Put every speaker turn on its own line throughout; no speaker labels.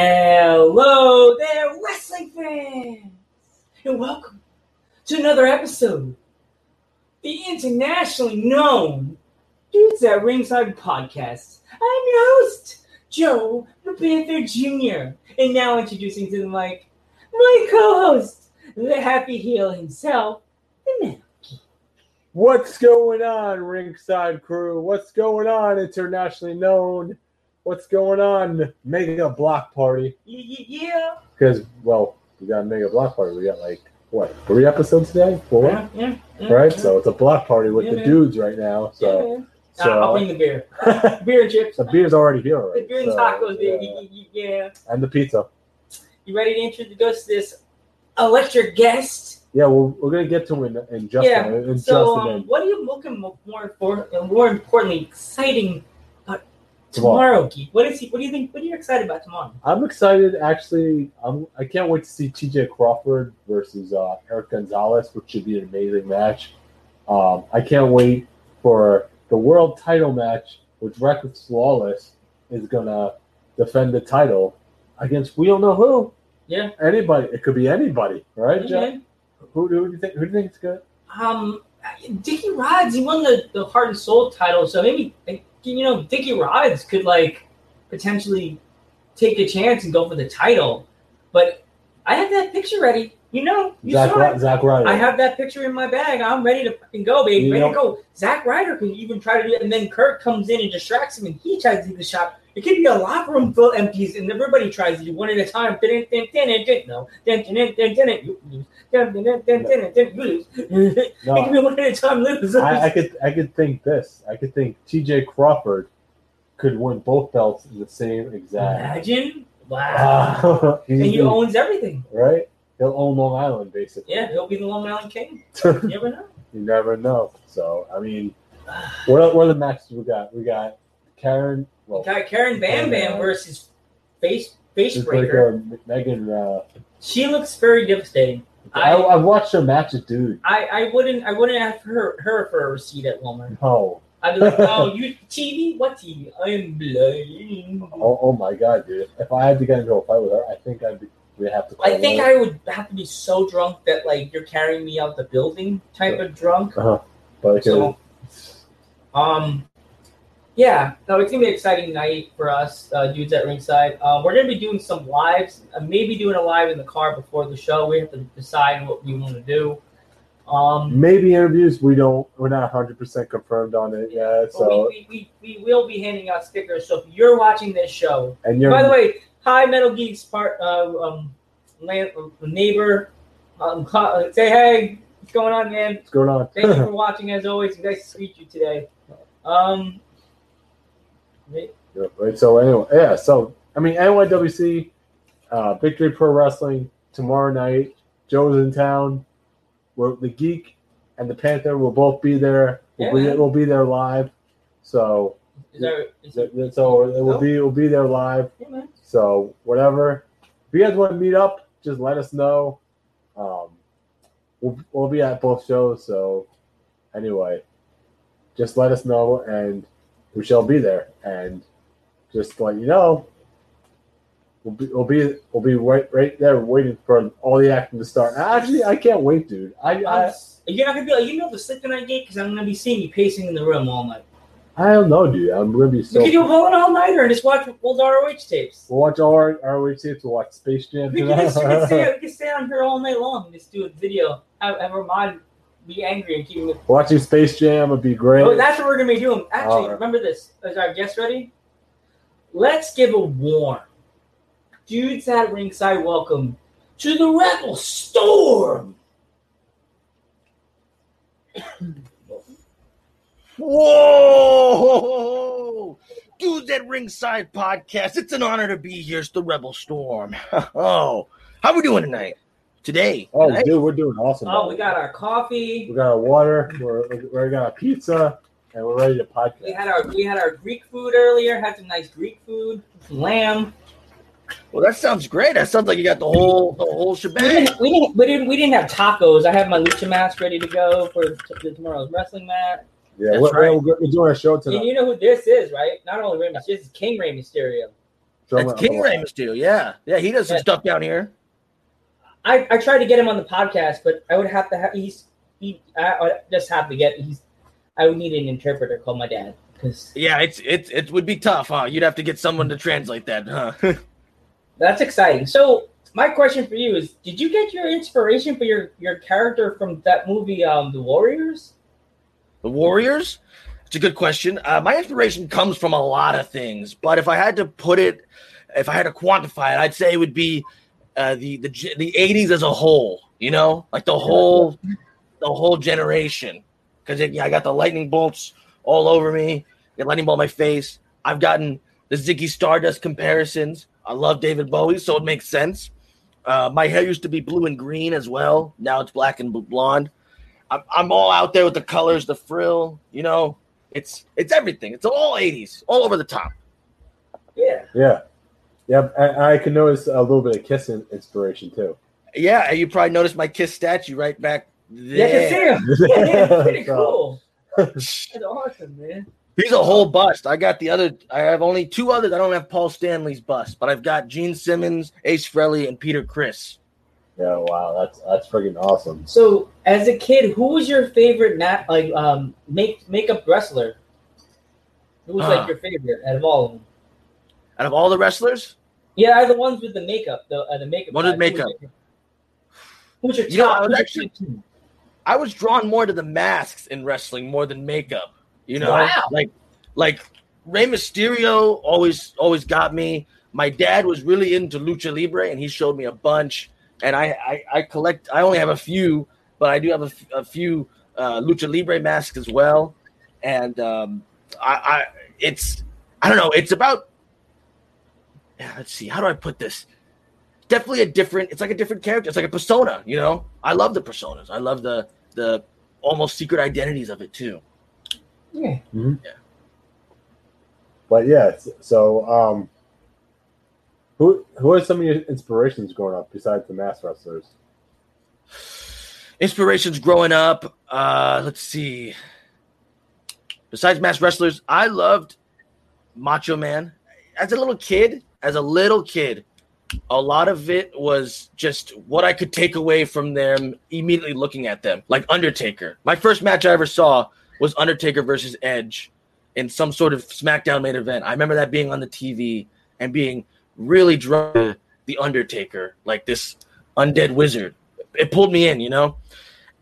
Hello there, wrestling fans, and welcome to another episode, the internationally known Dudes at Ringside podcast. I'm your host, Joe the Panther Jr., and now introducing to the mic, my co-host, the Happy Heel himself, the man.
What's going on, Ringside Crew? What's going on, internationally known? What's going on, Mega Block Party?
Y- y- Yeah,
Because, well, we got Mega Block Party. We got like, what, three episodes today? Four?
yeah, yeah, yeah,
Right?
yeah,
So it's a block party with
Yeah,
the
man.
dudes right now.
yeah,
So,
man. Nah, I'll
so
bring the beer, beer and chips,
the beer's already here.
the
Already,
beer and
so,
tacos, baby.
yeah.
Y- y- y- yeah.
And the pizza.
You ready to introduce this electric guest?
Yeah, well, we're going to get to it in, in just
Yeah,
a minute.
so,
In just a
um,
minute.
what are you looking mo- more for, and more importantly, exciting about
Tomorrow.
tomorrow, Keith? What is he? What do you think? What are you excited about tomorrow?
I'm excited, actually. I'm, I can't wait to see TJ Crawford versus uh, Eric Gonzalez, which should be an amazing match. Um, I can't wait for the world title match, which Reckless Lawless is going to defend the title against we don't know who.
Yeah.
Anybody. It could be anybody, right, Jeff?
Mhm.
Who, who do you think? Who do you think it's good?
Um, Dickie Rods, he won the, the Heart and Soul title, so maybe like, you know Dickie Rods could like potentially take a chance and go for the title. But I have that picture ready. You know, you
Zach,
saw it.
Ry- Zach Ryder.
I have that picture in my bag. I'm ready to fucking go, baby.
You
ready to
know-
go. Zack Ryder can even try to do it, and then Kirk comes in and distracts him, and he tries to do the shot. It could be a locker room full of empties, and everybody tries to do one at a time. Dun, dun, dun, dun, dun, No, Dun, dun, dun, dun, dun, dun, you lose. Dun, dun, dun, dun, dun, dun, you lose. It
no,
could be one at a time. Lose.
I, I could I could think this. I could think T.J. Crawford could win both belts in the same exact.
Imagine, wow.
Uh,
and he owns everything.
right? He'll own Long Island basically.
Yeah, he'll be the Long Island King. You never know.
you never know. So I mean, what are, what are the matches we got? We got Karen. Well,
Got Karen Bam Bam versus Face Face
this
Breaker.
breaker, Megan. Uh,
She looks very devastating.
I,
I-
I watched her match with dude.
I, I wouldn't I wouldn't ask her her for a receipt at Walmart.
No.
I'd be like, oh, you TV? What TV? I'm blind.
Oh, oh my god, dude! If I had to get into a fight with her, I think I'd be, we'd have to. Call
I think I would have to be so drunk that like you're carrying me out the building type of drunk.
But uh,
So, um, yeah, no, it's gonna be an exciting night for us uh, dudes at ringside. Uh, we're gonna be doing some lives, uh, maybe doing a live in the car before the show. We have to decide what we want to do. Um,
maybe interviews. We don't. We're not hundred percent confirmed on it yet.
but
So
we, we, we, we will be handing out stickers. So if you're watching this show,
and you're
By the way, hi Metal Geeks part uh, um, land, uh, neighbor. Um, co- uh, say hey, what's going on, man?
what's going on?
Thank you for watching as always. It's nice to meet you today. Um, wait,
Yeah, right. So anyway, yeah. So I mean, NYWC, uh, Victory Pro Wrestling tomorrow night. Joe's in town. We're the Geek and the Panther will both be there. We'll,
Yeah.
be, we'll be there live. So
is there, is Oh. there,
th- th- so it will be we'll be there live.
yeah, man.
So whatever. If you guys want to meet up, just let us know. Um, we'll we'll be at both shows. So anyway, just let us know and we shall be there. And just to let you know, we'll be we'll be we'll be right right there waiting for all the action to start. Actually, I can't wait, dude. I
I'm
I,
s- you're not gonna be like you know the sleep tonight gate because I'm gonna be seeing you pacing in the room all night.
I don't know, dude. I'm gonna be so.
we could do a whole all nighter and just watch old ROH tapes.
We'll watch our ROH tapes. We'll watch Space Jam.
We could just we could
tonight.
stay, we could stay on here all night long and just do a video. Have, have our mind be angry and keep him
Watching Space Jam would be great.
Oh, that's what we're gonna be doing. Actually,
Alright.
remember this. Is our guest ready? Let's give a warm, dudes at ringside welcome to the Rebel Storm.
Whoa! Dudes at Ringside Podcast, it's an honor to be here. It's the Rebel Storm. Oh, how we doing tonight? Today?
Oh,
tonight?
dude, we're doing awesome.
Oh,
man.
we got our coffee.
we got our water. We're, we got our pizza, and we're ready to
We
podcast.
had our we had our Greek food earlier. Had some nice Greek food, some lamb.
Well, that sounds great. That sounds like you got the whole the whole
We
shebang.
didn't, we didn't we didn't we didn't have tacos. I have my lucha mask ready to go for t- tomorrow's wrestling match.
Yeah,
That's
we're,
right.
we're, we're doing a show
And
tonight.
you know who this is, right? Not only Rey Mysterio, this is King Rey Mysterio.
drummer.
That's King
Uncle
Ray Mysterio. Yeah, yeah, he does some
Yeah.
stuff down here.
I, I tried to get him on the podcast, but I would have to have he's he I, I just have to get he's I would need an interpreter. Call my dad because
Yeah, it's it's it would be tough, huh? You'd have to get someone to translate that, huh?
that's exciting. So my question for you is: Did you get your inspiration for your your character from that movie, um, The Warriors?
The Warriors? It's a good question. Uh, my inspiration comes from a lot of things, but if I had to put it, if I had to quantify it, I'd say it would be uh, the the ge- the '80s as a whole. You know, like the whole the whole generation, because yeah, I got the lightning bolts all over me, the lightning bolt in my face. I've gotten the Ziggy Stardust comparisons. I love David Bowie, so it makes sense. Uh, my hair used to be blue and green as well. Now it's black and bl- blonde. I'm, I'm all out there with the colors, the frill. You know, it's it's everything. It's all '80s, all over the top.
Yeah,
Yeah, yeah. I, I can notice a little bit of Kiss in- inspiration too.
Yeah, and you probably noticed my Kiss statue right back
yeah, I can see
there.
him. Yeah, yeah, that's pretty
So,
cool. That's awesome, man.
He's a whole bust. I got the other. I have only two others. I don't have Paul Stanley's bust, but I've got Gene Simmons, Ace Frehley, and Peter Chris.
Yeah, wow, that's that's freaking awesome.
So, as a kid, who was your favorite na- like um make makeup wrestler? Who was
Huh.
like your favorite out of all of them?
Out of all the wrestlers,
Yeah, the ones with the makeup, the uh, the makeup.
What is
guys. Who was
makeup?
your- Who was your
You know,
top?
I was
who was
actually-
your team?
I was drawn more to the masks in wrestling more than makeup. You know,
Wow.
like like Rey Mysterio always always got me. My dad was really into lucha libre, and he showed me a bunch. And I I, I collect. I only have a few, but I do have a, f- a few uh, lucha libre masks as well. And um, I, I it's I don't know. It's about yeah, let's see. How do I put this? Definitely a different. It's like a different character. It's like a persona. You know, I love the personas. I love the the almost secret identities of it too.
Yeah.
But yeah, s- so um, who who are some of your inspirations growing up besides the mass wrestlers?
inspirations growing up. Uh, let's see. Besides mass wrestlers, I loved Macho Man as a little kid. As a little kid, a lot of it was just what I could take away from them immediately looking at them, like Undertaker. My first match I ever saw was Undertaker versus Edge in some sort of SmackDown main event. I remember that being on the TV and being really drawn to the Undertaker, like this undead wizard. It pulled me in, you know?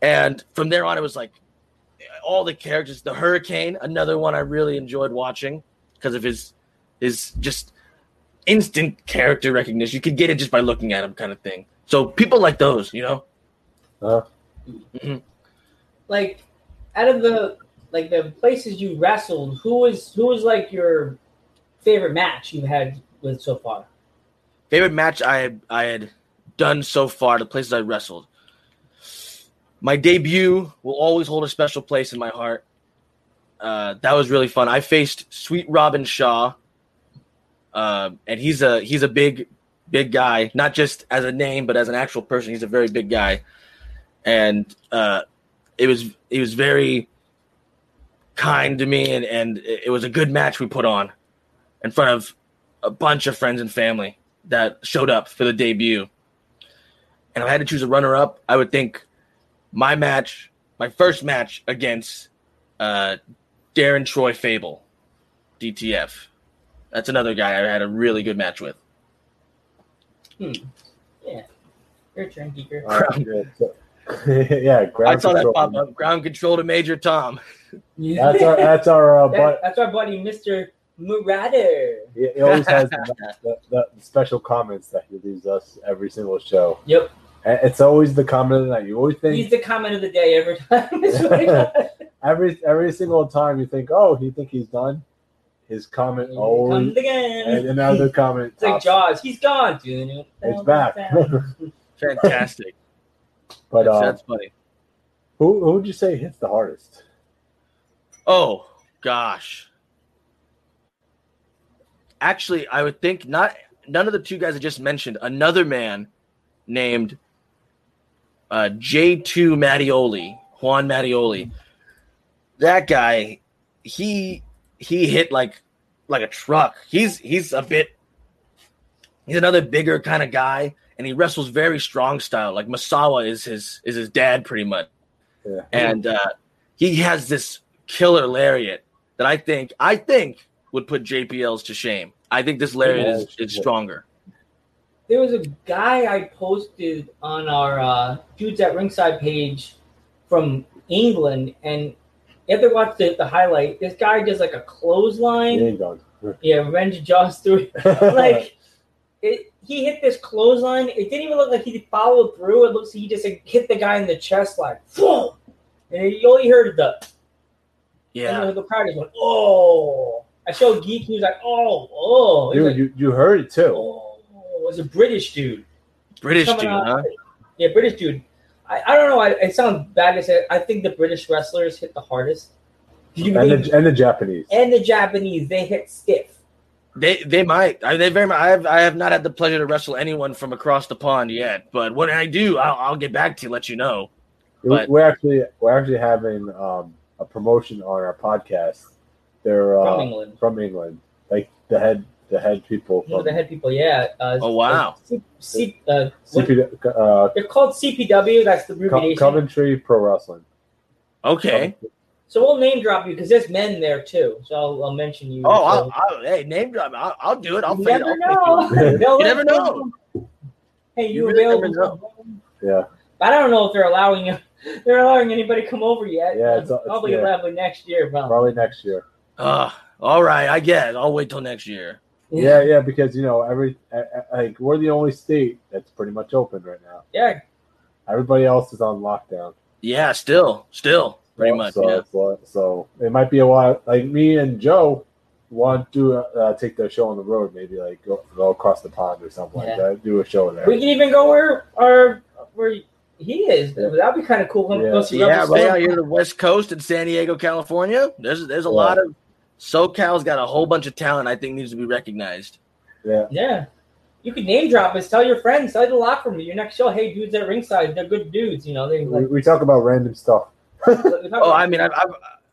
And from there on, it was like all the characters. The Hurricane, another one I really enjoyed watching because of his his just instant character recognition. You could get it just by looking at him, kind of thing. So people like those, you know.
Huh?
Like, out of the like the places you wrestled, who was who was like your favorite match you had with so far?
Favorite match I had, I had done so far, the places I wrestled. My debut will always hold a special place in my heart. Uh, that was really fun. I faced Sweet Robin Shaw, um, and he's a he's a big big guy, not just as a name, but as an actual person. He's a very big guy, and uh, it was it was very kind to me, and and it it was a good match we put on in front of a bunch of friends and family that showed up for the debut. And if I had to choose a runner up, I would think my match, my first match against uh, Darren Troy Fable, DTF. That's another guy I had a really good match with.
Your turn, Geeker.
Uh, yeah, so- yeah, ground
I saw that
control.
pop up. Ground control to Major Tom.
That's our that's our uh, but
that's our buddy, Mister Murata.
he he always has the, the, the special comments that he leaves us every single show.
Yep.
And it's always the comment that you always think
He's the comment of the day every time. It's really-
every every single time you think, oh, you think he's done. His comment always
Comes again.
and another comment.
It's like
tops
Jaws. He's gone, dude.
It's back.
Fantastic.
But
that's,
uh,
that's funny.
who who would you say hits the hardest?
Oh gosh. Actually, I would think not none of the two guys I just mentioned, another man named uh, J2 Mattioli, Juan Mattioli. That guy, he he hit like like a truck. He's he's a bit He's another bigger kind of guy, and he wrestles very strong style. Like Masawa is his is his dad pretty much,
Yeah.
and uh, he has this killer lariat that I think I think would put JPLs to shame. I think this lariat is, is stronger.
there was a guy I posted on our uh, dudes at ringside page from England, and you have to watch the, the highlight. This guy does like a
he
clothesline.
ain't done.
Yeah, Revenge of Jaws three. Like it, he hit this clothesline. It didn't even look like he followed through. It looks like he just like, hit the guy in the chest, like boom, and you only heard the
Yeah,
and the- the crowd is going, oh. I showed Geek, he was like, oh, oh, He was
dude,
like,
you, you heard it too.
oh. It was a British dude.
British dude,
Coming out-
huh?
Yeah, British dude. I, I don't know. I, it sounds bad to say. I think the British wrestlers hit the hardest. Do you
And
think-
the, and the Japanese.
and the Japanese, they hit stiff.
They they might. I, they very. Much, I have I have not had the pleasure to wrestle anyone from across the pond yet. But when I do, I'll, I'll get back to you, let you know. But-
we're actually we're actually having um, a promotion on our podcast. They're uh,
From England.
from England, like the head the head people
You know,
from
the head people, yeah. Uh,
Oh, wow.
C, C, uh, what-
CP, uh,
they're called CPW. That's the
Co-
abbreviation.
Coventry Pro Wrestling.
Okay.
so we'll name drop you because there's men there too. So I'll, I'll mention you.
Oh, I'll,
So-
I'll, hey, name drop. I'll, I'll do it. I'll
you
figure
never
I'll figure
know.
it out.
You
They'll let
never know.
Hey, you,
You really never
available?
Yeah,
I don't know if they're allowing you. They're allowing anybody to come over yet.
Yeah, it's- it's-
probably
yeah.
probably next year, but
probably next year.
Ugh, all right, I get it. I'll wait till next year.
Yeah, yeah, because you know every uh, uh, like we're the only state that's pretty much open right now.
yeah.
Everybody else is on lockdown.
Yeah, still, still, pretty
So-
much.
So,
yeah.
so, so it might be a while. Like me and Joe want to uh, take their show on the road, maybe like go, go across the pond or something
Yeah.
like that. Do a show there.
We can even go where our where he is. That'd be kind of cool. Go- go see
Yeah,
Rubber
right out
Soul.
here in the West Coast in San Diego, California. There's there's a lot of SoCal's got a whole bunch of talent. I think needs to be recognized.
yeah,
Yeah. You could name drop us. Tell your friends. Tell the locker room. Your next show. Hey, dudes at ringside. They're good dudes. You know. They
we,
like.
we talk about random stuff.
Oh, I mean, I've, I've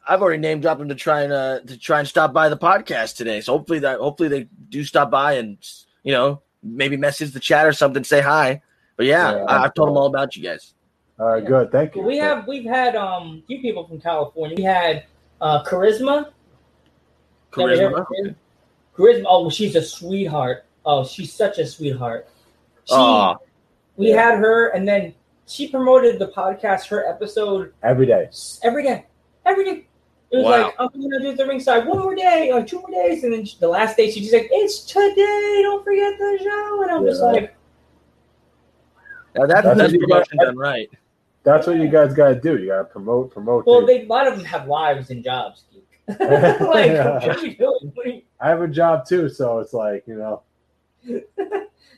I've already name dropped them to try and uh, to try and stop by the podcast today. So hopefully that hopefully they do stop by and you know maybe message the chat or something, say hi. But yeah,
Yeah,
I, I've told them all about you guys.
All right,
Yeah.
good. Thank you.
we have we've had um few people from California. We had uh charisma. Never heard
Charisma.
of her. Charisma. Oh, well, she's a sweetheart. Oh, she's such a sweetheart. She,
Aw.
we had her, and then she promoted the podcast, her episode
every day.
every day, every day. It was
Wow.
like I'm gonna do the ringside one more day, or two more days, and then she- the last day she's just like, "It's today, don't forget the show," and I'm just
Yeah.
like,
Now that,
That's
that's,
what you
promotion
got.
done right.
That's what you guys gotta do. You gotta promote, promote.
"Well,
dude.
they, a lot of them have wives and jobs." geek." like, what are you doing? What are you-
I have a job too, so it's like you know. Uh,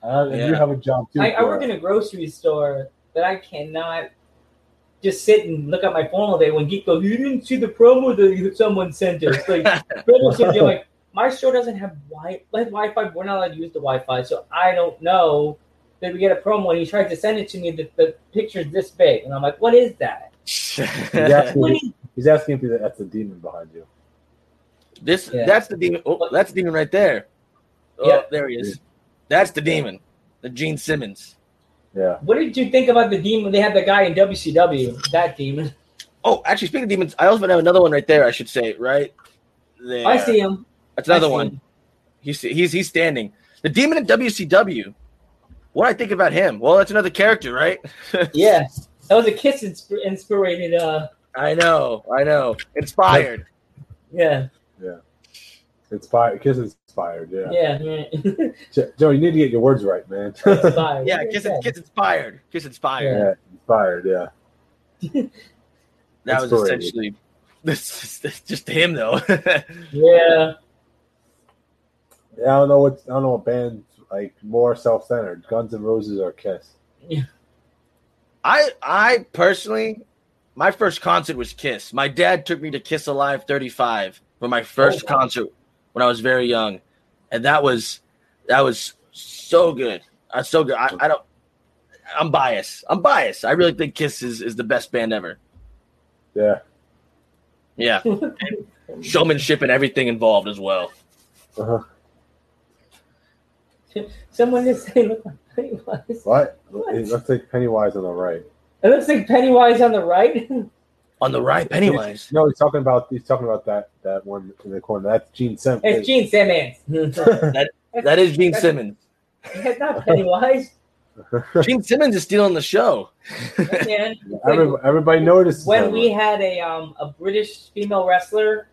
and You
Yeah.
have a job too.
I, I
so-
work in a grocery store, but I cannot just sit and look at my phone all day. When Geek goes, you didn't see the promo that you- someone sent us. Like, promo sent you, like my store doesn't have wi- like Wi-Fi. We're not allowed to use the Wi-Fi, so I don't know. That we get a promo, and he tried to send it to me. That the picture's this big, and I'm like, "What is that?"
He's asking,
What
if-
is-
he's asking if he- that's a demon behind you.
This
Yeah.
that's the demon. Oh, that's the demon right there. Oh,
Yeah.
there he is. That's the demon. The Gene Simmons.
Yeah.
What did you think about the demon? They had the guy in WCW, that demon.
Oh, actually, speaking of demons, I also have another one right there. I should say right there.
I see him.
That's
I
another
see
one.
him.
He's he's he's standing. The demon in WCW. What do I think about him? Well, that's another character, right?
Yeah, that was a kiss insp- inspirated. Uh,
I know, I know. Inspired.
yeah,
Inspired, kiss inspired. Yeah.
yeah. yeah.
Jo- Joe, you need to get your words right, man.
Inspired.
Yeah,
What did
kiss,
I say?
kiss inspired. Kiss inspired.
yeah, inspired. Yeah.
That was
Inspired.
essentially this, is- this is just him though.
Yeah,
Yeah, I don't know what I don't know what band like more self centered, Guns N' Roses or Kiss.
I I personally, my first concert was Kiss. My dad took me to Kiss Alive 35 for my first
wow.
concert when I was very young, and that was that was so good. Uh, so good. I, I don't. I'm biased. I'm biased. I really think Kiss is, is the best band ever.
Yeah.
Yeah, and showmanship and everything involved as well.
Uh-huh.
Someone is saying, look like Pennywise.
What?
What?
It looks like Pennywise on the right.
It looks like Pennywise on the right.
On the right, Pennywise.
No, he's talking about he's talking about that that one in the corner. That's Gene Sim.
It's Gene Simmons.
That is Gene Simmons.
That's not Pennywise.
Gene Simmons is stealing the show.
Man,
Every- everybody notices
when
him.
we had a um a British female wrestler,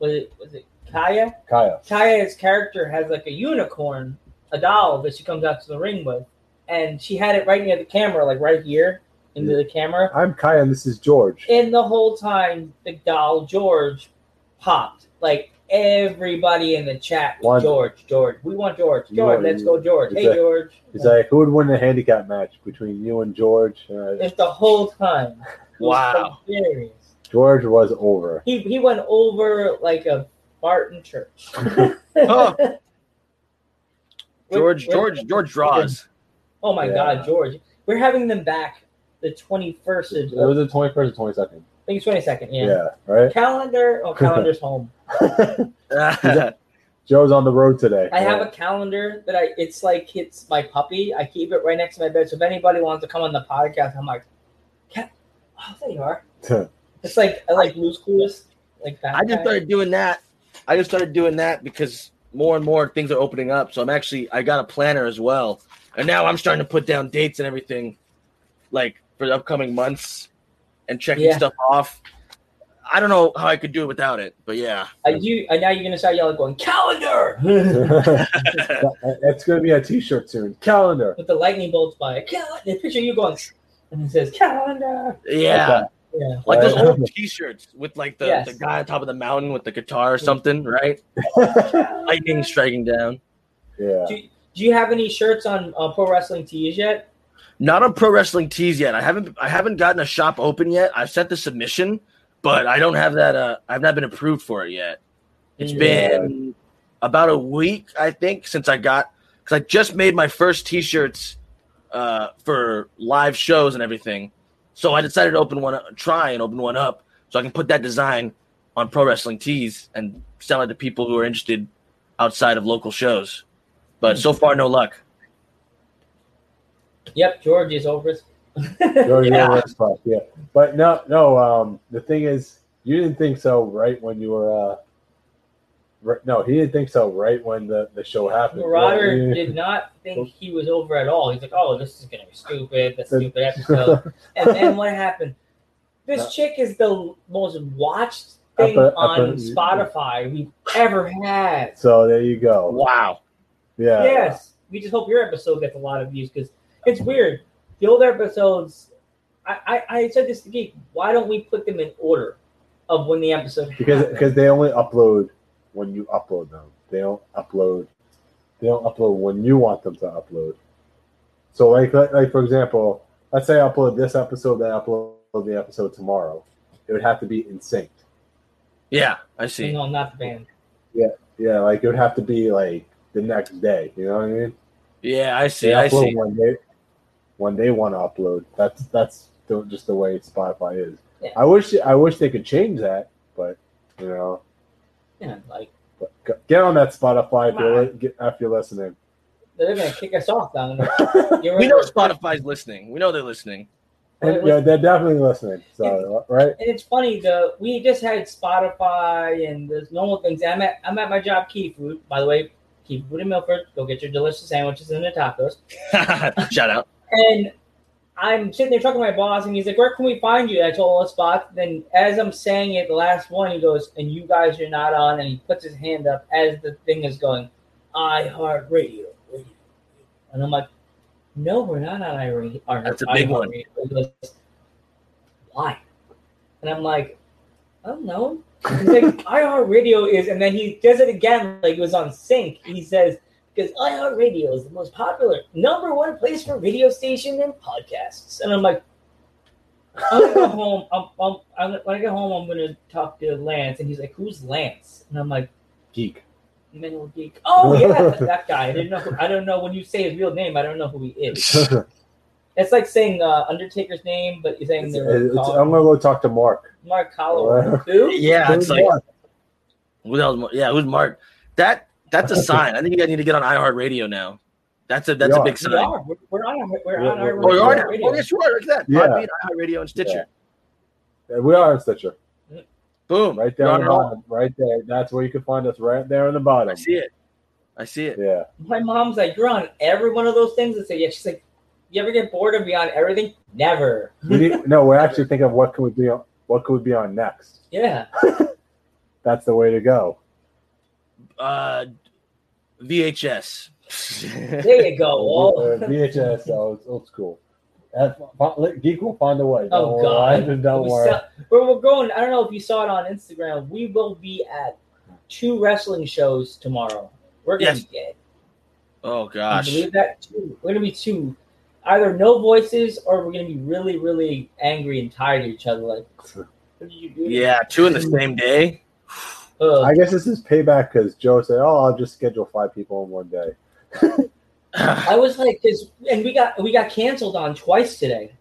was it was it Kaya?
Kyle.
Kaya's character has like a unicorn, a doll that she comes out to the ring with, and she had it right near the camera, like right here into the camera.
I'm Kyle, and this is George.
And the whole time, the doll George popped like everybody in the chat. was
One.
George, George, we want George,
You
George,
want-
let's go, George. Hey,
Exactly.
George.
He's like, who would win a handicap match between you and George? Uh,
It's the whole time. It was
Wow.
hilarious.
George was over.
He he went over like a Barton church.
Oh.
With-
George,
with-
George, George draws.
Oh my
Yeah.
God, George! We're having them back the twenty first.
It
I
was the 21st or 22nd.
think it's twenty second.
Yeah,
Yeah.
right?
Calendar. Oh, calendar's home.
Joe's on the road today.
I have a calendar that I. It's like it's my puppy. I keep it right next to my bed. So if anybody wants to come on the podcast, I'm like, "Ca- oh, there you are.
a.
It's like I like blues clues. Like that.
I just
guy.
started doing that. I just started doing that because more and more things are opening up. So I'm actually I got a planner as well, and now I'm starting to put down dates and everything, like for the upcoming months, and checking
Yeah.
stuff off. I don't know how I could do it without it, but yeah,
I do. And now you're gonna start yelling, going calendar
That- that's going to be a t shirt soon. Calendar.
with the lightning bolts by a calendar. They picture you going, and it says calendar.
yeah,
Yeah.
like those
Right.
old T-shirts with like the,
Yes.
the guy on top of the mountain with the guitar or something, right?
Oh,
Lightning striking down.
yeah.
Do, do you have any shirts on uh, pro wrestling tees yet?
Not on pro wrestling tees yet. I haven't I haven't gotten a shop open yet. I've sent the submission, but I don't have that. Uh, I've not been approved for it yet. It's
Yeah.
been about a week, I think, since I got because I just made my first T-shirts uh, for live shows and everything. So I decided to open one, try and open one up, so I can put that design on pro wrestling tees and sell it to people who are interested outside of local shows. But so far, no luck.
Yep, George is over.
George
Yeah.
yeah. yeah. But no, no. Um, the thing is, you didn't think so, right? When you were, uh, right, no, he didn't think so, right? When the, the show happened, You
Marauder
know,
did not think he was over at all. He's like, "Oh, this is gonna be stupid. That's stupid episode." And then what happened? This chick is the most watched thing
Upper-
on
upper-
Spotify we've ever had.
so there you go.
Wow.
Yeah.
Yes. We just hope your episode gets a lot of views because it's weird. The old episodes, I, I, I said this to Geek. Why don't we put them in order of when the episode
Because
happened?
because they only upload when you upload them. They don't upload. They don't upload when you want them to upload. So like like, like for example, let's say I upload this episode, then I upload the episode tomorrow. It would have to be in sync.
Yeah, I see.
no, not the band.
Yeah, like it would have to be like the next day. You know what I mean?
Yeah, I see.
They
I
upload
see.
when they when they want to upload. That's that's the, just the way Spotify is.
Yeah.
I wish I wish they could change that, but you know,
Yeah, like
but g- get on that Spotify if you're,
Right.
li- get, if you're listening.
they're gonna kick us off down there. You're
We know
right.
Spotify's listening. We know they're listening.
Right,
yeah, they're definitely listening. So uh, right,
And it's funny the we just had Spotify and the normal things. I'm at I'm at my job, Key Food. By the way, Key Food in Milford. Go get your delicious sandwiches and the tacos.
Shout out.
And I'm sitting there talking to my boss, and he's like, "Where can we find you?" And I told all the spots. Then, as I'm saying it, the last one, he goes, "And you guys are not on." And he puts his hand up as the thing is going, "I Heart Radio." radio." And I'm like, "No, we're not on iHeart."
That's a big one.
He goes, Why? And I'm like, "I don't know." He's like, "iHeart Radio is," and then he does it again, like it was on sync. He says because iHeartRadio is the most popular, number one place for radio station and podcasts. And I'm like, I'm gonna go home. I'm, I'm, I'm, when I get home, I'm gonna talk to Lance, and he's like, "Who's Lance?" And I'm like,
geek.
"Mental geek." Oh yeah, that guy. I didn't know. Who, I don't know when you say his real name. I don't know who he is. It's like saying uh, Undertaker's name, but you're saying
It's-
they're
it's-
call-
I'm gonna go talk to Mark.
Mark Holloway. Who?
Yeah,
Who's
it's like
Mark?
who the hell's Mar- yeah, who's Mark? That That's a sign. I think you guys need to get on iHeartRadio now. That's a that's
We
a big
are.
We
sign.
are. We're, we're on. We're
We're-
on
we're-
our.
Oh, you are now.
radio.
Oh, yes, you are. Look at that.
Yeah.
Podbean, iHeartRadio, and Stitcher.
And we are on Stitcher,
Boom.
right there
You're
on the
it all.
bottom, right there. That's where you can find us, right there on the bottom.
I see it. I see it.
Yeah,
My mom's like, you're on every one of those things. I said, yeah. She's like, you ever get bored of me on everything? Never.
we need, no, we're actually thinking of what can we be on, what could we be on next.
Yeah.
That's the way to go.
Uh, VHS.
There you go.
Uh,
Oh,
VHS, so it's old school. Uh, fi- Geek will find a way.
Oh,
Don't
God.
worry. don't
we
worry.
sell- we're, we're going. I don't know if you saw it on Instagram. We will be at two wrestling shows tomorrow. We're gonna
Yes.
be gay.
oh
Can
gosh.
you believe that? Two. We're gonna be two. Either no voices, or we're gonna be really, really angry and tired of each other. Like, what did you do?
Yeah, two in the same day.
Ugh.
I guess this is payback because Joe said, "Oh, I'll just schedule five people in one day."
I was like, cause, and we got we got canceled on twice today.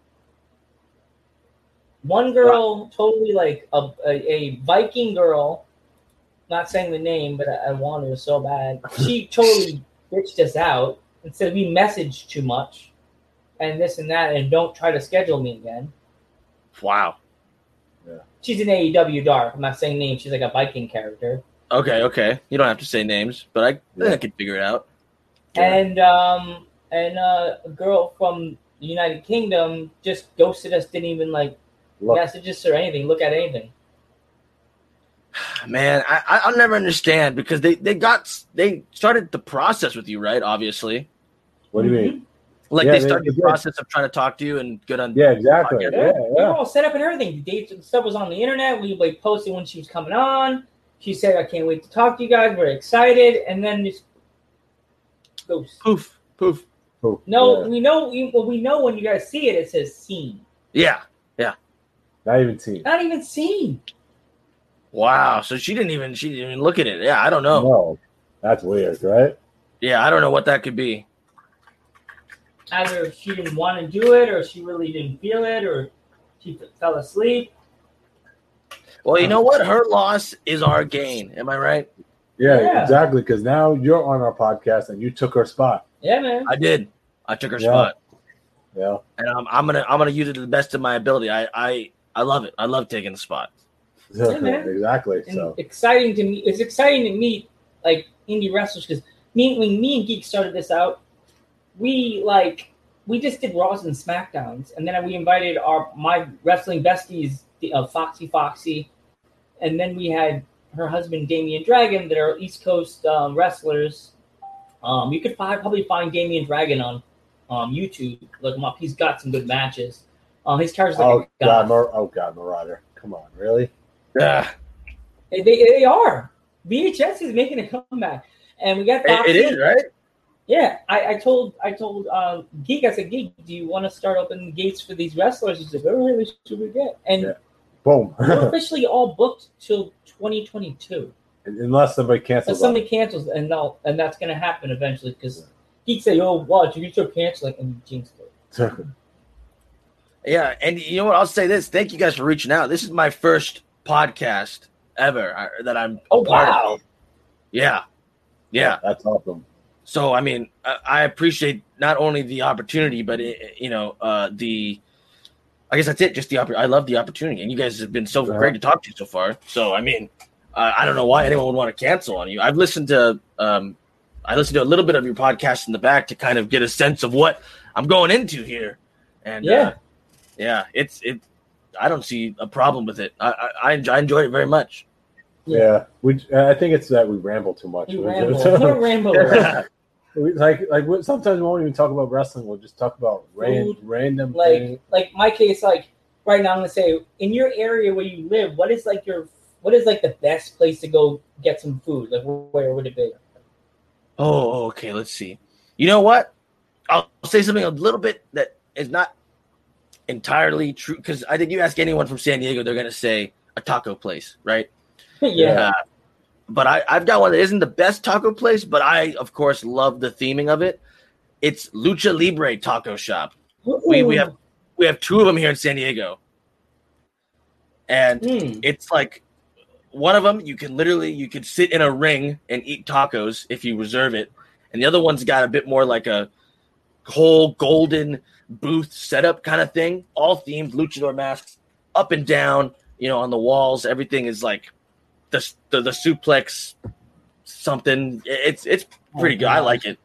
One girl, totally like a, a, a Viking girl, not saying the name, but I, I wanted her so bad. She totally bitched us out and said we messaged too much, and this and that, and don't try to schedule me again.
wow.
She's an AEW dark. I'm not saying name. She's like a Viking character,
Okay, okay. You don't have to say names, but I,
Yeah.
I can figure it out.
Yeah.
and um and uh, a girl from the United Kingdom just ghosted us. Didn't even like
Look,
messages or anything. Look at anything.
Man, I, I- I'll never understand because they, they got they started the process with you, right? Obviously,
what do you mean?
Mm-hmm.
like
Yeah,
they
they-
started
they
the
did.
process of trying to talk to you and good on.
Yeah, exactly.
Yeah,
Yeah,
We
yeah.
were all set up and everything. The dates and stuff was on the internet. We like posted when she was coming on. She said, "I can't wait to talk to you guys. We're excited." And then just goes.
Poof, poof.
Cool.
No,
Oh, Yeah.
we know. We, well, we know when you guys see it. It says seen.
Yeah.
not even seen.
Not even seen.
Wow. So she didn't even she didn't even look at it. Yeah, I don't know.
No, that's weird, right?
Yeah, I don't know what that could be.
Either she didn't want to do it, or she really didn't feel it, or she f- fell asleep.
Well, you know what? Her loss is our gain. Am I right?
Yeah,
Yeah.
exactly. Because now you're on our podcast and you took her spot.
Yeah, man.
I did. I took her
Yeah.
spot,
Yeah,
and I'm, I'm gonna I'm gonna use it to the best of my ability. I I I love it. I love taking the spot.
man.
exactly.
and
So
exciting to me. It's exciting to meet like indie wrestlers because me when me and Geek started this out, we like we just did Raws and Smackdowns, and then we invited our my wrestling besties, the, uh, Foxy Foxy, and then we had her husband Damian Dragon that are East Coast um, wrestlers. Um, you could find, probably find Damian Dragon on um, YouTube. Look him up. He's got some good matches. Um, his character's like
oh
a god.
god, Mar- oh god, Marauder. Come on, really?
Yeah,
They, they, they are. VHS is making a comeback, and we got
it,
Foxy.
it is right.
Yeah, I, I told I told uh, Geek. I said, Geek, do you want to start opening the gates for these wrestlers? He's like, Oh, really? Should we get? And
Yeah. Boom.
we're officially all booked till 2022,
Unless somebody
unless
cancels.
somebody cancels, and they'll, and that's gonna happen eventually because Geek said, Oh, what? You can start canceling, and we jinxed it.
us.
Yeah, and you know what? I'll say this. Thank you guys for reaching out. This is my first podcast ever I- that I'm.
Oh
part of.
wow!
Yeah, yeah.
that's awesome.
So I mean, I, I appreciate not only the opportunity, but it, you know, uh, the. I guess that's it. Just the oppor- I love the opportunity, and you guys have been so
Yeah.
great to talk to so far. So I mean, uh, I don't know why anyone would want to cancel on you. I've listened to, um, I listened to a little bit of your podcast in the back to kind of get a sense of what I'm going into here, and yeah,
Yeah.
uh, yeah, it's it. I don't see a problem with it. I I, I enjoy, I enjoy it very much.
Yeah,
Yeah.
we. I think it's that we ramble too much.
You
We
ramble.
just-
What a rambler.
we- like, like we- sometimes we won't even talk about wrestling. We'll just talk about ran,
Food,
random things.
like like my case like right now i'm gonna say in your area where you live what is like your what is like the best place to go get some food like where would it be
Oh, okay. Let's see. You know what? I'll say something a little bit that is not entirely true because I think you ask anyone from San Diego, they're gonna say a taco place, right?
yeah
Uh, but I, I've got one that isn't the best taco place, but I of course love the theming of it. It's Lucha Libre Taco Shop. we- we have- We have two of them here in San Diego, and
Mm.
it's like one of them you can literally you could sit in a ring and eat tacos if you reserve it, and the other one's got a bit more like a whole golden booth setup kind of thing, all themed luchador masks up and down, you know, on the walls. Everything is like the the, the suplex something. It's it's pretty good. I like it.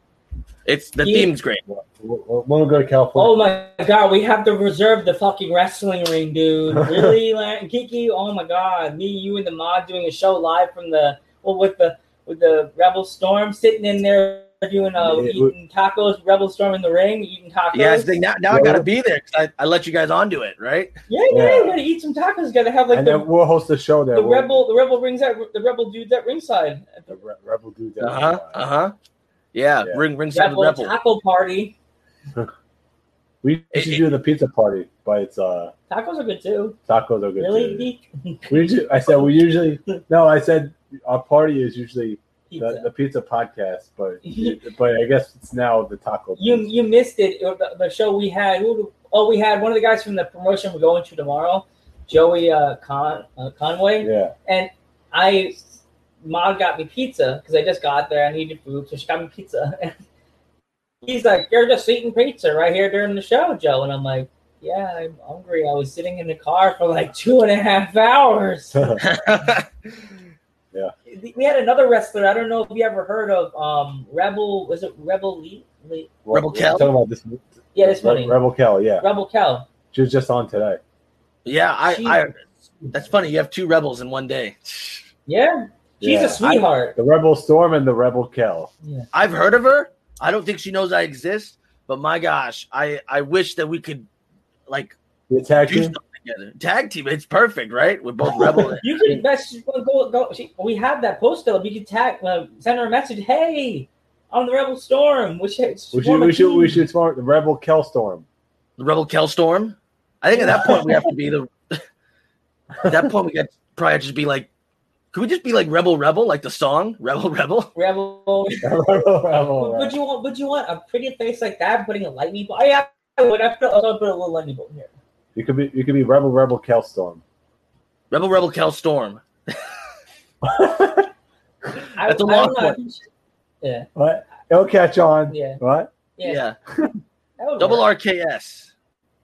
It's the
Yeah.
theme's great.
We'll, we'll, we'll go to California.
Oh my god, we have to reserve the fucking wrestling ring, dude. Really, Lan- Kiki? Oh my god, me, you, and the mod doing a show live from the well with the with the Rebel Storm sitting in there doing uh,
Yeah, we-
eating tacos. Rebel Storm in the ring eating tacos.
Yeah, it's the thing. now, now I gotta be there because I, I let you guys onto it, right?
yeah, yeah,
Yeah.
We gotta eat some tacos. Gotta have Oh, like
and
the,
then we'll host a show there.
the
We'll-
rebel the rebel rings at the rebel dudes at ringside.
the Re- Rebel dude. Uh-huh.
Uh huh. Uh huh. Yeah,
Yeah.
Ring ring seven
Rebel
rebel.
taco party.
We
It-
should
it-
do the pizza party, but it's uh
Tacos are good too.
tacos are good.
Really,
too.
Geek?
We usually, I said we usually no. I said our party is usually the,
Pizza.
the pizza podcast, but but I guess it's now the taco.
You
pizza.
you missed it. It- The, the show we had. Who, oh, we had one of the guys from the promotion we're going to tomorrow, Joey uh, Con, uh, Conway.
yeah,
And I, Mom got me pizza because I just got there. I needed food, so she got me pizza. And he's like, "You're just eating pizza right here during the show, Joe." And I'm like, "Yeah, I'm hungry. I was sitting in the car for like two and a half hours." we had another wrestler. I don't know if you ever heard of um, Rebel. Was it Rebel Lee? Lee?
Well,
Rebel Cal?
Talking about this.
Yeah, this
Re-
one.
Rebel Cal. Yeah,
Rebel Cal.
she was just on today.
yeah, I, I.
She-
That's funny. You have two rebels in one day.
Yeah, she's
Yeah.
a sweetheart.
The Rebel Storm and the Rebel Cal.
I've heard of her. I don't think she knows I exist, but my gosh, I I wish that we could like
The attack
do
team.
something together. Tag team, it's perfect, right? We're both rebel.
you can message go go. She, we have that post up. You can tag uh, send her a message. Hey, I'm the Rebel Storm. We should
We should
form a
we should we
team."
should start the Rebel Cal Storm.
The rebel Kel Storm. I think at that point we have to be the. at that point we got probably just be like, could we just be like rebel rebel like the song rebel rebel?
Rebel.
Rebel, Rebel,
would,
Rebel.
would you want? Would you want a pretty face like that? Putting a lightning bolt. I, I would. I put, I would put a little lightning bolt in here.
You could be you could be Rebel Rebel Cal Storm.
Rebel rebel Kel Storm.
I,
That's a
I
long
don't know, I think she- Yeah,
What? It'll catch on.
yeah,
What?
yeah.
yeah.
that would
Double
work.
RKS.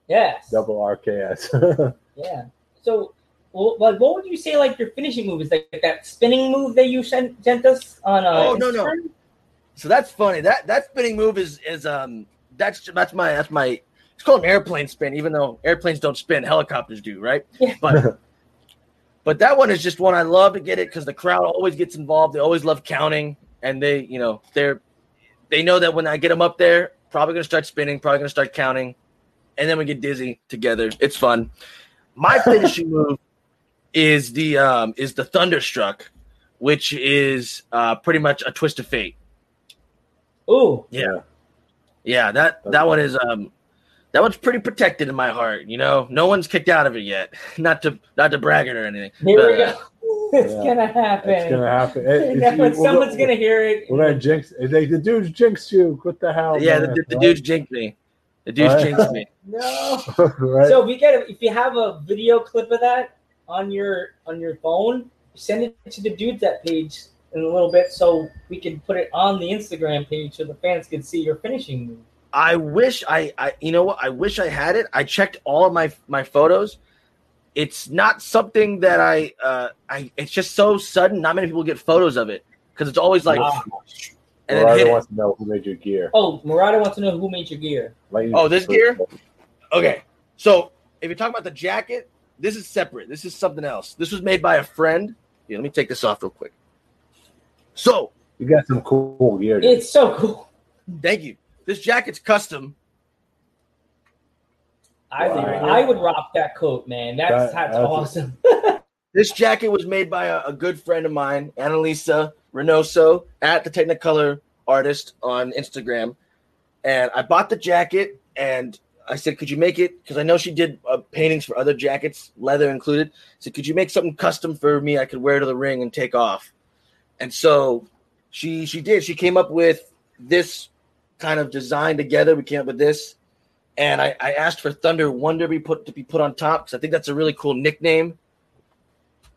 Yes.
Double RKS.
Yeah. So, well, like, what would you say like your finishing move is? Like that spinning move that you sent, sent us on. Uh,
Oh, no, no.
Instagram?
So that's funny. That that spinning move is is um that's that's my that's my it's called an airplane spin, even though airplanes don't spin, helicopters do, right?
Yeah.
But but that one is just one I love to get it because the crowd always gets involved. They always love counting, and they you know they're they know that when I get them up there, probably gonna start spinning, probably gonna start counting, and then we get dizzy together. It's fun. My finishing move is the um is the thunderstruck, which is uh pretty much a twist of fate.
Ooh,
Yeah, that that one is um that one's pretty protected in my heart, you know. No one's kicked out of it yet. Not to not to brag it or anything.
here we
but, uh,
go. It's
Yeah.
gonna happen.
it's gonna happen. It-
And
it's-
that's when
we'll go-
someone's gonna hear it.
We're gonna jinx. It's like the dude jinxed you. What the hell?
uh, yeah, the,
man?
the, dude's jinked me. The dude's
Right.
jinxed me.
No.
right? right?
So if you get if you have a video clip of that on your on your phone, send it to the dudes that page in a little bit so we can put it on the Instagram page so the fans can see your finishing move.
I wish I, I you know what? I wish I had it. I checked all of my my photos. It's not something that I uh I it's just so sudden. Not many people get photos of it because it's always like
Ah.
Or
and then
I
hit
don't
it.
want to know who made your gear.
Oh, Murata wants to know who made your gear.
Like,
Oh, this gear? Okay. So if you're talking about the jacket, this is separate. This is something else. This was made by a friend. Here, let me take this off real quick. So
You got some cool gear. dude.
It's so cool.
thank you. This jacket's custom.
I think
Wow.
I would rock that coat, man. That's
That-
that's,
that's-
awesome.
This jacket was made by a, a good friend of mine, Annalisa Reynoso, at the Technicolor artist on Instagram. And I bought the jacket and I said, Could you make it? Because I know she did uh, paintings for other jackets, leather included. I said, Could you make something custom for me I could wear to the ring and take off? And so she she did. She came up with this kind of design together. We came up with this. And I, I asked for Thunder Wonder be put to be put on top because I think that's a really cool nickname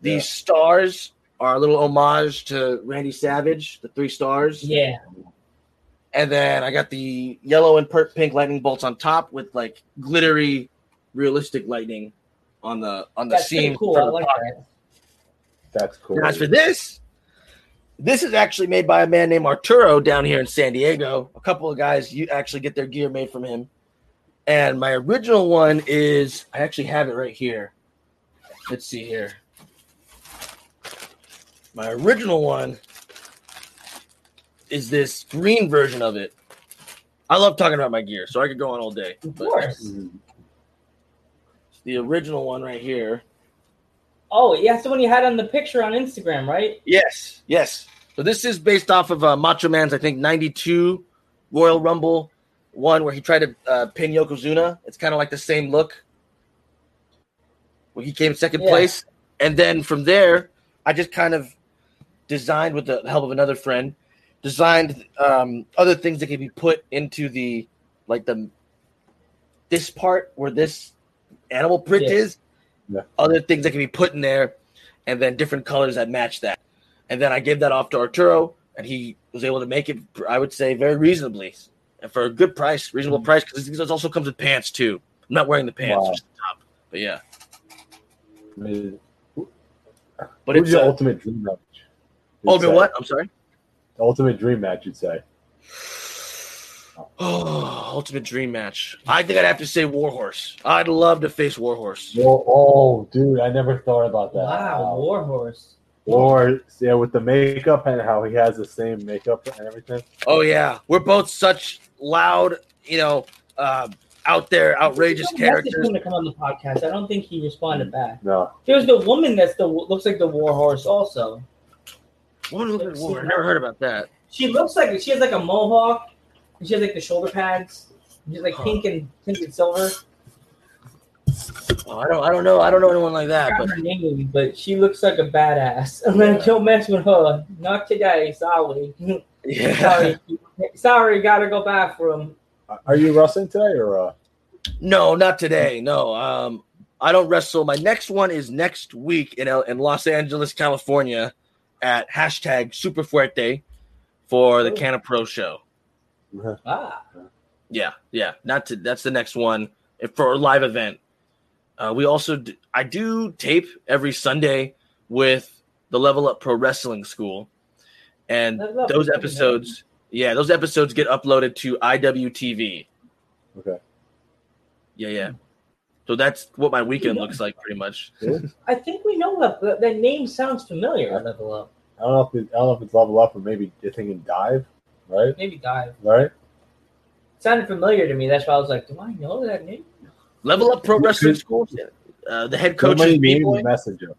These stars are a little homage to Randy Savage, the three stars.
Yeah.
And then I got the yellow and per- pink lightning bolts on top with like glittery, realistic lightning on the on the
That's
seam.
pretty cool.
for
I
the
like
pocket.
that.
That's cool.
Now, as for this, this is actually made by a man named Arturo down here in San Diego. A couple of guys you actually get their gear made from him. And my original one is I actually have it right here. Let's see here. My original one is this green version of it. I love talking about my gear, so I could go on all day.
Of
But
course.
Mhm.
the original one right here.
Oh, yeah, that's the one you had on the picture on Instagram, right?
Yes, yes. So this is based off of uh, Macho Man's, I think, '92 Royal Rumble one, where he tried to uh, pin Yokozuna. It's kind of like the same look. Where he came second
Yeah.
place, and then from there, I just kind of designed with the help of another friend, designed um, other things that can be put into the like the this part where this animal print
Yeah.
is.
Yeah.
Other things that can be put in there, and then different colors that match that. And then I gave that off to Arturo, and he was able to make it, I would say, very reasonably and for a good price, reasonable price, because this also comes with pants too. I'm not wearing the pants,
Mm-hmm. Wow.
just the top. But yeah,
I mean,
but
who's
it's
your
uh,
ultimate dream match? You'd
ultimate
say?
what? I'm sorry.
The ultimate dream match, you'd say.
Oh, ultimate dream match. I think I'd have to say Warhorse. I'd love to face Warhorse.
Well, oh, dude, I never thought about that.
Wow, Warhorse.
Or yeah, with the makeup and how he has the same makeup and everything.
Oh yeah, we're both such loud, you know, um, out there, outrageous
I messaged
characters.
him to come on the podcast. I don't think he responded back.
No,
There's the woman that's the looks like the warhorse. Also,
Woman who looked at Warhorse. Never heard about that.
she looks like she has like a mohawk. And she has like the shoulder pads. She's like pink and pink and silver.
Oh, I don't. I don't know. I don't know anyone like
I
that.
forgot
But
her name, but she looks like a badass. I'm like, don't mess with her. Not today. Sorry.
yeah.
Sorry. Sorry. Gotta go bathroom.
are you wrestling today or? Uh,
No, not today. No. Um, I don't wrestle. My next one is next week in L- in Los Angeles, California, at hashtag Super Fuerte for the
Ooh.
Cana Pro Show.
Ah.
Yeah, yeah. Not to that's the next one if- for a live event. Uh, we also d- I do tape every Sunday with the Level Up Pro Wrestling School, and
Level Up
those
is pretty
episodes, yeah, those episodes get uploaded to IWTV.
Okay.
Yeah, yeah. So that's what my weekend looks like, pretty much.
I think we know that. That that name sounds familiar. Level up.
I don't know if it, I don't know if it's level up or maybe you're thinking dive, right?
Maybe dive.
Right?
Sounded familiar to me. That's why I was like, do I know that name?
Level Up Pro Wrestling School. Uh, the head coach
so
is
many
B
names
Boy.
message us.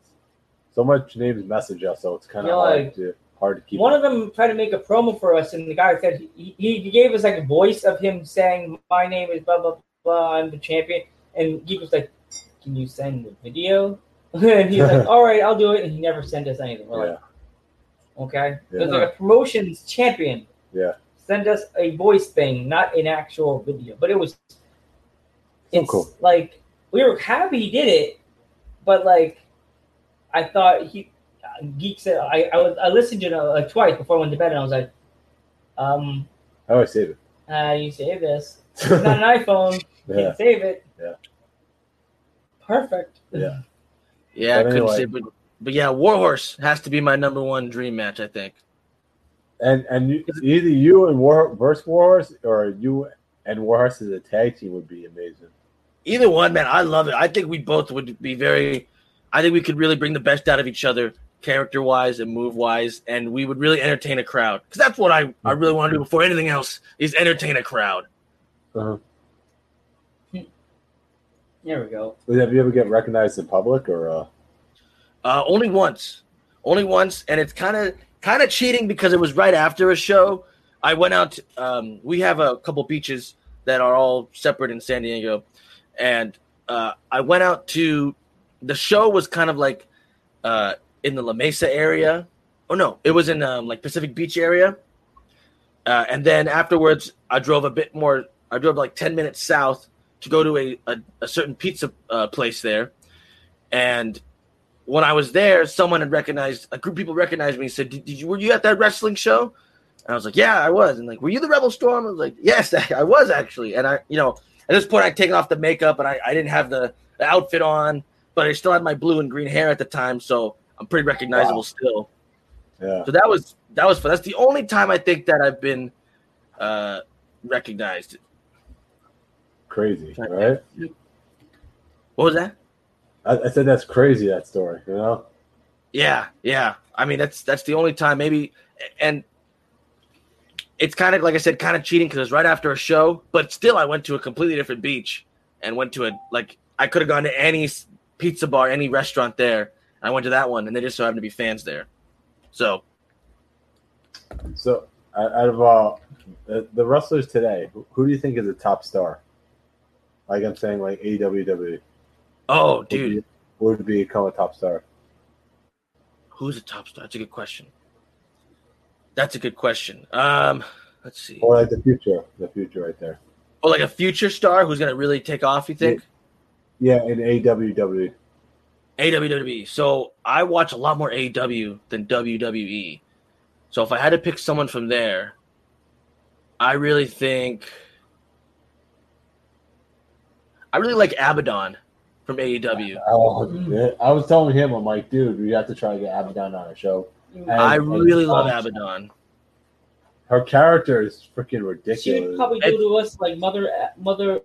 So much names message us, so it's kind of
Yeah,
hard
like,
to hard to keep.
One of them tried to make a promo for us, and the guy said he, he he gave us like a voice of him saying, "My name is blah blah blah. I'm the champion." And Geek was like, "Can you send the video?" and he's like, "All right, I'll do it." And he never sent us anything. We're
yeah,
like, "Okay."
Yeah.
There's like a promotions champion.
yeah.
Send us a voice thing, not an actual video. But it was, it's
cool.
like we were happy he did it, but like I thought he geek said I I, was, I listened to it uh, like twice before I went to bed and I was like, um,
I always save it.
uh, you save this. It's not an iPhone. You
yeah,
can save it.
Yeah.
Perfect.
Yeah.
Yeah, I
But
couldn't
anyway.
say, but but yeah, Warhorse has to be my number one dream match. I think.
and and you, either you and War versus Warhorse or you and Warhorse as a tag team would be amazing.
Either one, man, I love it. I think we both would be very. I think we could really bring the best out of each other, character wise and move wise, and we would really entertain a crowd because that's what I I really want to do before anything else is entertain a crowd.
There we go.
Would have you ever get recognized in public or? Uh,
Uh, only once, only once, and it's kind of kind of cheating because it was right after a show. I went out. Um, we have a couple beaches that are all separate in San Diego, and uh, I went out to the show was kind of like uh, in the La Mesa area. Oh no, it was in um, like Pacific Beach area. Uh, and then afterwards, I drove a bit more. I drove like ten minutes south to go to a a, a certain pizza uh, place there, and when I was there, someone had recognized a group of people recognized me and said, did, did you, "Were you at that wrestling show?" And I was like, "Yeah, I was." And like, "Were you the Rebel Storm?" I was like, "Yes, I was actually." And I, you know, at this point, I'd taken off the makeup and I, I didn't have the, the outfit on, but I still had my blue and green hair at the time, so I'm pretty recognizable
Wow.
still.
Yeah.
So that was that was fun. That's the only time I think that I've been uh, recognized.
Crazy, right?
What was that?
I, I said that's crazy that story. You know,
Yeah, yeah. I mean, that's that's the only time maybe, and it's kind of like I said, kind of cheating because it's right after a show. But still, I went to a completely different beach and went to a like I could have gone to any s- pizza bar, any restaurant there. I went to that one, and they just so happened to be fans there. So
so out out of all the, the wrestlers today, who, who do you think is a top star? Like I'm saying, like AEW,
Oh, dude,
E. would, be, would become a top star.
who's a top star? That's a good question. That's a good question. Um, let's see.
Or like the future, the future right there.
Or like a future star who's gonna really take off? You think?
Yeah, in AEW.
AWWE. E. So I watch a lot more AW than WWE. So if I had to pick someone from there, I really think I really like Abaddon from E AEW.
Oh, yeah. I was telling him, I'm like, dude, we have to try to get Abaddon on a show.
Uh,
And-
I
and,
really love
um,
Abaddon.
Her character is freaking
She would
ridiculous.
probably do to us like mother, mother,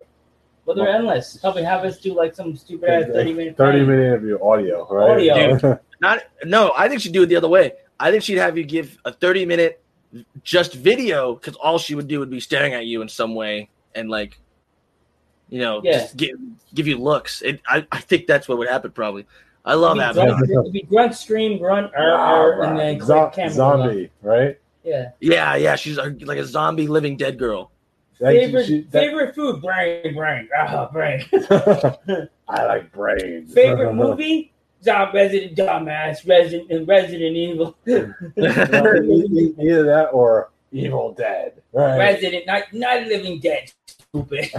mother endless. Probably have us do like some stupid ass thirty minute.
30
thing.
minute interview audio, right?
Audio.
Not no, I think she'd do it the other way. I think she'd have you give a 30 minute just video because all she would do would be staring at you in some way and like you know
Yeah.
just give give you looks. It, I, I think that's what would happen probably. I love
It'd be
Abaddon.
grunt- It'd be grunt scream, grunt, er, er, and then
Ah, Zo-
click camera.
zombie, right?
Yeah.
Yeah, yeah, she's a, like a zombie living dead girl.
Like,
favorite
she- that-
favorite food, brain, brain, ah, brain.
I like brains.
Favorite movie? Zombie Resident Dumbass, Resident Resident Evil,
Either that or Evil Dead, right?
Resident Not Not Living Dead, stupid.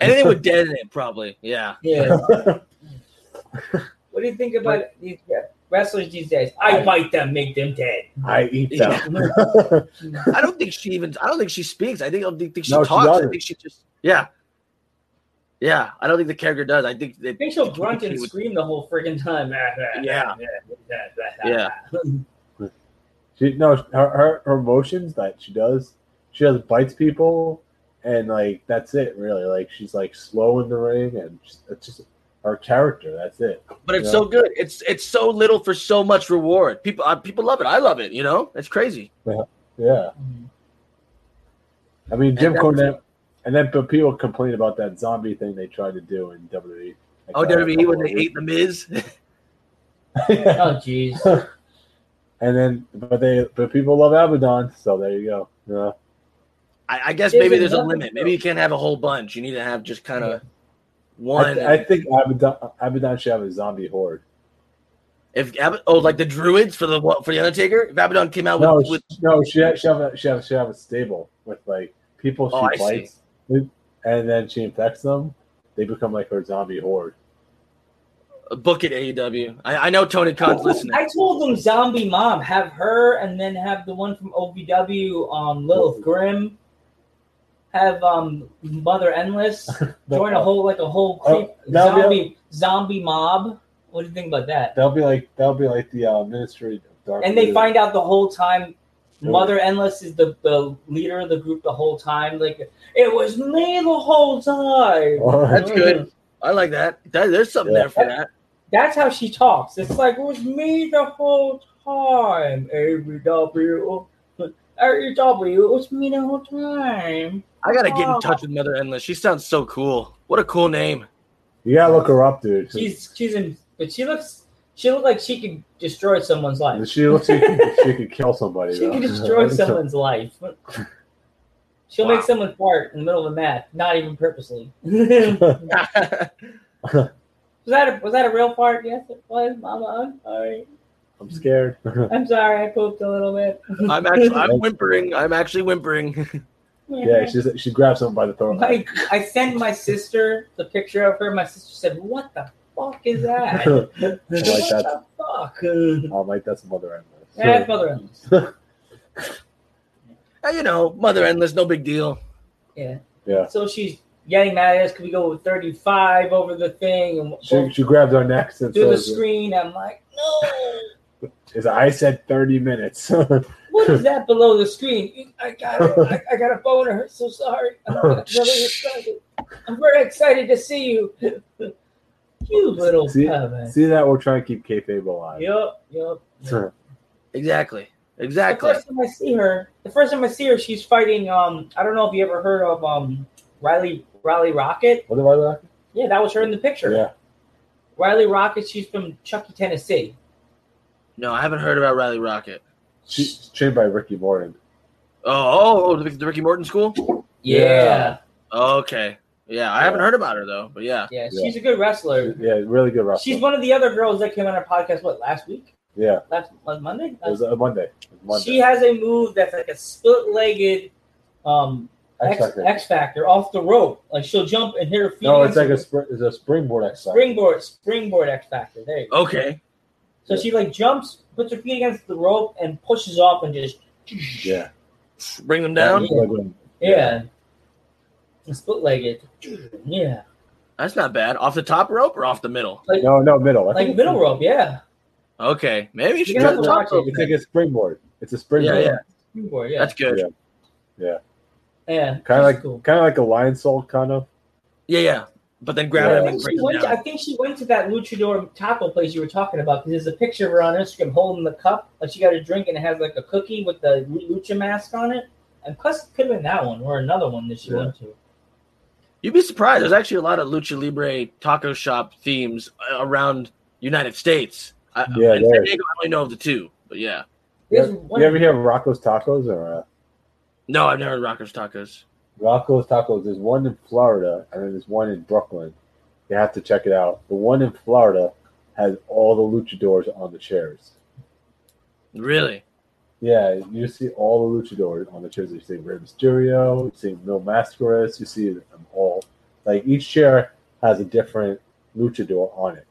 Anything with dead in it, probably. Yeah.
yeah. What do you think about these wrestlers these days? I bite them, make them dead.
I eat them.
I don't think she even. I don't think she speaks. I think I don't think she
No, she
talks. I
doesn't.
think she just. Yeah. Yeah, I don't think the character does. I think that.
I think she'll grunt and scream the whole freaking time.
Yeah.
Yeah.
Yeah.
She no her, her her emotions that she does. She just bites people, and like that's it really. Like she's like slow in the ring, and just, it's just her character. That's it.
But it's
Yeah.
so good. It's it's so little for so much reward. People uh, people love it. I love it. You know, it's crazy.
Yeah, I mean Jim
And that's-
Cornette, and then but people complain about that zombie thing they tried to do in WWE. Like,
Oh,
uh,
WWE when they
couple
ate the Miz.
of weeks.
Oh, jeez.
and then but they but people love Abaddon, so there you go. Yeah,
I, I guess
There's
maybe there's a
another-
limit. Maybe you can't have a whole bunch. You need to have just kind of
I,
one.
th- I think Abaddon, Abaddon should have a zombie horde.
If Ab- oh, like the Druids for the for the Undertaker, if Abaddon came out with,
No,
with
she, no, she had, she have a she have, she have a stable with like people she
Oh, I see.
bites, and then she infects them. They become like her zombie horde.
a book at AEW, I, I know Tony Khan's listening.
I told them zombie mom, have her and then have the one from OVW, um, Lilith Grimm. Have um Mother Endless join a whole like a whole creep,
Oh, that'll be-
zombie zombie mob. What do you think about that?
That'll be like that'll be like the uh, Ministry of Dark.
And they find out the whole time Mother Endless is the, the leader of the group the whole time. Like it was me the whole time.
That's good. I like that. That- there's something
Yeah.
there for that.
That's how she talks. It's like it was me the whole time. AEW. AEW, it was me the whole time.
I gotta get
Oh.
in touch with Mother Endless. She sounds so cool. What a cool name.
You gotta look her up, dude.
She's she's in but she looks she looked like she could destroy someone's life.
she looks like she could, she could kill somebody.
She
though.
could destroy someone's life. She'll
Wow.
make someone fart in the middle of a match, not even purposely. was that a, was that a real fart? Yes, it was, Mama. I'm sorry.
I'm scared.
I'm sorry. I pooped a little bit.
I'm actually I'm whimpering. I'm actually whimpering.
yeah, she's, she grabs someone by the throat.
My, I sent my sister the picture of her. My sister said, "What the fuck is that?
I'm
what
that.
the fuck?
like, Oh, that's Mother Endless.
Yeah, that's Mother Endless.
Uh, you know, Mother Endless, no big deal.
Yeah.
Yeah.
So she's getting mad at us. Could we go with 35 over the thing and
She, she grabs our necks and
through the
says,
screen? I'm like, no.
is, I said 30 minutes.
What is that below the screen? I got it. I, I got a boner. So sorry. I'm
Oh,
really excited. I'm very excited to see you. you little
See-
pebble.
See that? We'll try and keep kayfabe alive.
Yup, yup.
Exactly.
The
Exactly.
first time I see her, the first time I see her, she's fighting. Um, I don't know if you ever heard of um Riley Riley Rocket.
What about that?
Yeah, that was her in the picture.
Yeah.
Riley Rocket. She's from Chucky, Tennessee.
No, I haven't heard about Riley Rocket.
She's trained by Ricky Morton.
Oh, oh, the, the Ricky Morton School.
Yeah.
Okay. Yeah, I haven't heard about her though, but yeah.
yeah,
Yeah.
She's a good wrestler.
Yeah, really good wrestler.
She's one of the other girls that came on our podcast. What last week?
yeah,
Last last Monday?
it was a Monday. It was Monday.
She has a move that's like a split-legged um, X,
X-Factor.
X Factor off the rope. Like she'll jump and hit her feet.
no, it's like a,
against
spr- it's a springboard
the
X Factor.
springboard, springboard X Factor. There you go.
Okay.
So she like jumps, puts her feet against the rope, and pushes off and just
Yeah.
Bring them down.
That's like when-
yeah, split-legged. Yeah,
That's not bad. Off the top rope or off the middle?
No, no, middle. I
like
think
middle rope. Yeah,
Okay. Maybe you should
You
try
gotta
the top
watch it.
rope.
It's like a springboard. It's a springboard.
Yeah,
springboard. Yeah,
That's good.
Yeah.
yeah.
Kind of
she's
like
cool.
kind of like a lion soul, kind of.
Yeah, yeah. But then
Yeah.
grab it
I
and
think,
bring
she
it
went to,
down.
I think she went to that luchador taco place you were talking about because there's a picture of her on Instagram holding the cup, like she got a drink and it has like a cookie with the lucha mask on it. And plus, could have been that one or another one that she
Yeah.
went to.
You'd be surprised. There's actually a lot of lucha libre taco shop themes uh, around United States. I,
Yeah,
in San
there.
Diego, I only know of the two, but yeah.
There's
You
one.
You ever hear of Rocco's Tacos or uh,
No, I've never had Rockers Tacos.
Rocco's Tacos? There's one in Florida and then there's one in Brooklyn. You have to check it out. The one in Florida has all the luchadors on the chairs.
Really?
Yeah, you see all the luchadors on the chairs. You see Rey Mysterio, you see Mil Mascaras, you see them all. Like each chair has a different luchador on it,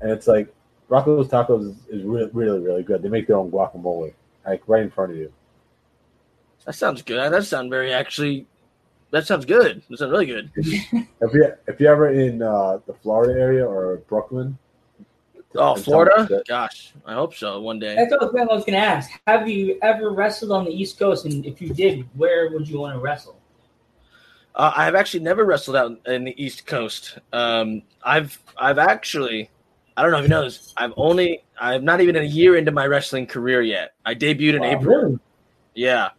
and it's like Rocco's Tacos is, is really, really, really good. They make their own guacamole, like right in front of you.
That sounds good. That sounds very actually. That sounds good. That sounds really good.
If you if you're ever in uh, the Florida area or Brooklyn,
Oh,
and tell
Florida?
me
Gosh, I hope so one day.
That's what I was going to ask. Have you ever wrestled on the East Coast? And if you did, where would you want to wrestle?
Uh, I have actually never wrestled out in the East Coast. Um, I've I've actually I don't know if you know this. I've only I'm not even a year into my wrestling career yet. I debuted in
Wow.
April. Yeah,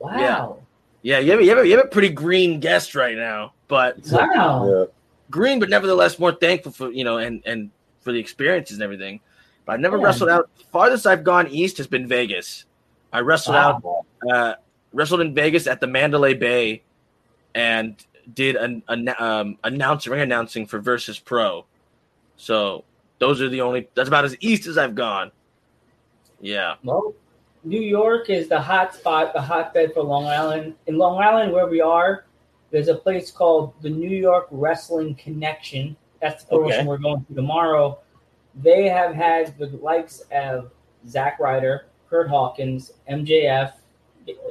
Wow.
yeah. You have, a- you have a- you have a pretty green guest right now, but
Wow.
yeah,
green, but nevertheless more thankful for you know and and for the experiences and everything. But I've never
Yeah.
wrestled out. Farthest I've gone east has been Vegas. I wrestled out
Wow.
uh, wrestled in Vegas at the Mandalay Bay and did an, an um, announce ring announcing for Versus Pro. So those are the only. That's about as east as I've gone. Yeah,
Well, New York is the hot spot, the hotbed for Long Island. In Long Island, where we are, there's a place called the New York Wrestling Connection. That's the promotion
Okay.
we're going to tomorrow. They have had the likes of Zack Ryder, Kurt Hawkins, MJF.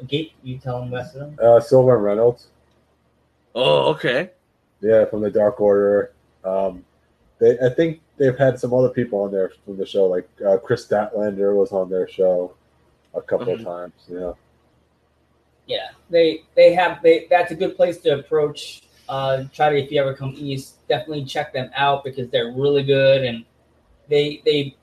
Gate, you tell them rest of them.
uh, Silver and Reynolds.
Oh, okay.
Yeah, from the Dark Order. Um, they, I think they've had some other people on there from the show, like uh, Chris Statlander was on their show a couple
Mhm.
of times. Yeah,
Yeah, they they have they. That's a good place to approach. Uh, try to if you ever come east, definitely check them out because they're really good and they they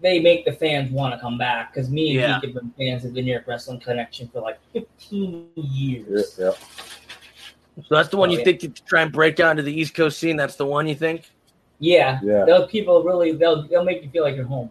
they make the fans want to come back. Because me and
Yeah.
Geek have been fans of the New York Wrestling Connection for like 15
yeah,
years.
yeah.
So that's the one
Oh,
you
yeah.
think you try and break out into the East Coast scene. That's the one you think.
Yeah,
yeah.
those people really they'll they'll make you feel like you're home.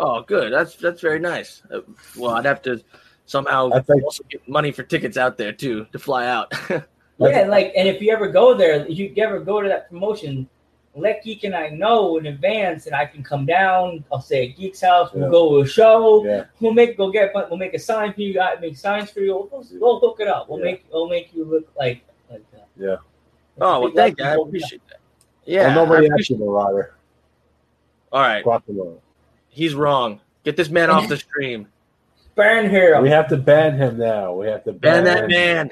Oh, good. That's that's very nice. Uh, Well, I'd have to somehow
That's like-
also get money for tickets out there too to fly out.
Yeah,
That's-
like, and if you ever go there, if you ever go to that promotion, let Geek and I know in advance, and I can come down. I'll say at Geek's house. We'll
Yeah.
go to a show.
Yeah,
We'll make we'll get we'll make a sign for you. I make signs for you. We'll, we'll hook it up. We'll
Yeah.
make we'll make you look like like that.
Yeah.
oh well, thank you. I appreciate that. Yeah.
well, nobody
I
asked you to Ryder.
All right.
Guatemala.
He's wrong. Get this man off the stream.
Burn her.
We have to ban him now. We have to ban,
Ban that
him.
man.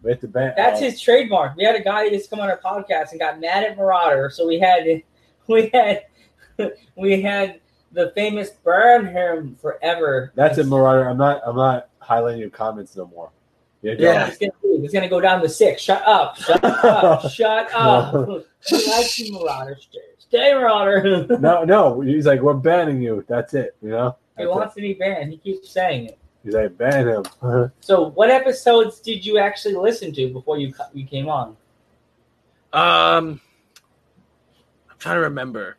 We have to ban.
That's
oh,
his trademark. We had a guy just come on our podcast and got mad at Marauder, so we had we had we had the famous burn him forever.
That's it, Marauder. I'm not. I'm not highlighting your comments no more. You're
Yeah.
done.
It's gonna, leave. It's gonna go down to six. Shut up! Shut up! Shut up! we like you, Marauder. Stay, stay Marauder.
No, no. He's like, we're banning you. That's it. You know.
he
That's it.
wants to be banned. He keeps saying it.
He's like, ban him.
So, what episodes did you actually listen to before you cu- you came on?
Um, I'm trying to remember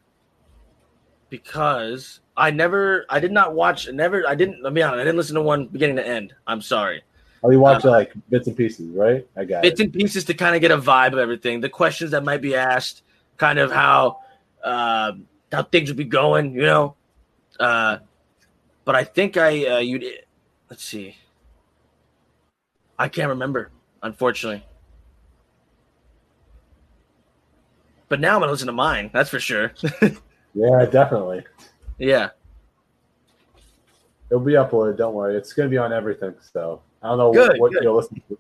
because I never, I did not watch, never, I didn't. Let me be honest, I didn't listen to one beginning to end. I'm sorry.
oh, you watch like bits and pieces, right? I got
Uh, Bits
it.
and pieces to kind of get a vibe of everything. The questions that might be asked, kind of how, uh, how things would be going, you know. Uh, but I think I, uh, you, would let's see. I can't remember, unfortunately. But now I'm gonna listen to mine. That's for sure.
Yeah, definitely.
Yeah.
It'll be uploaded. Don't worry. It's gonna be on everything. So I don't know
Good,
what
good.
you'll listen to.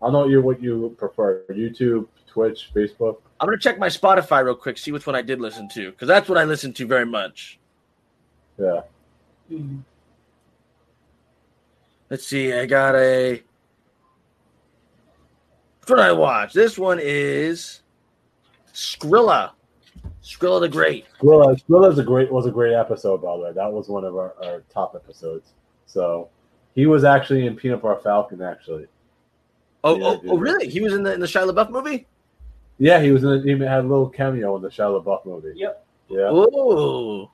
I don't know you what you prefer: YouTube, Twitch, Facebook.
I'm going to check my Spotify real quick, see which one I did listen to, because that's what I listen to very much.
Yeah.
Hmm.
Let's see. I got a. Which one I watch? This one is Skrilla. Skrilla the Great.
Skrilla, Skrilla's a great was a great episode by the way. That was one of our, our top episodes. So he was actually in Peanut Bar Falcon actually.
Oh,
Yeah,
oh,
dude.
oh, really? He was in the, in the Shia LaBeouf movie?
Yeah, he was in. He had a little cameo in the Shia LaBeouf movie.
Yep.
Yeah.
Oh.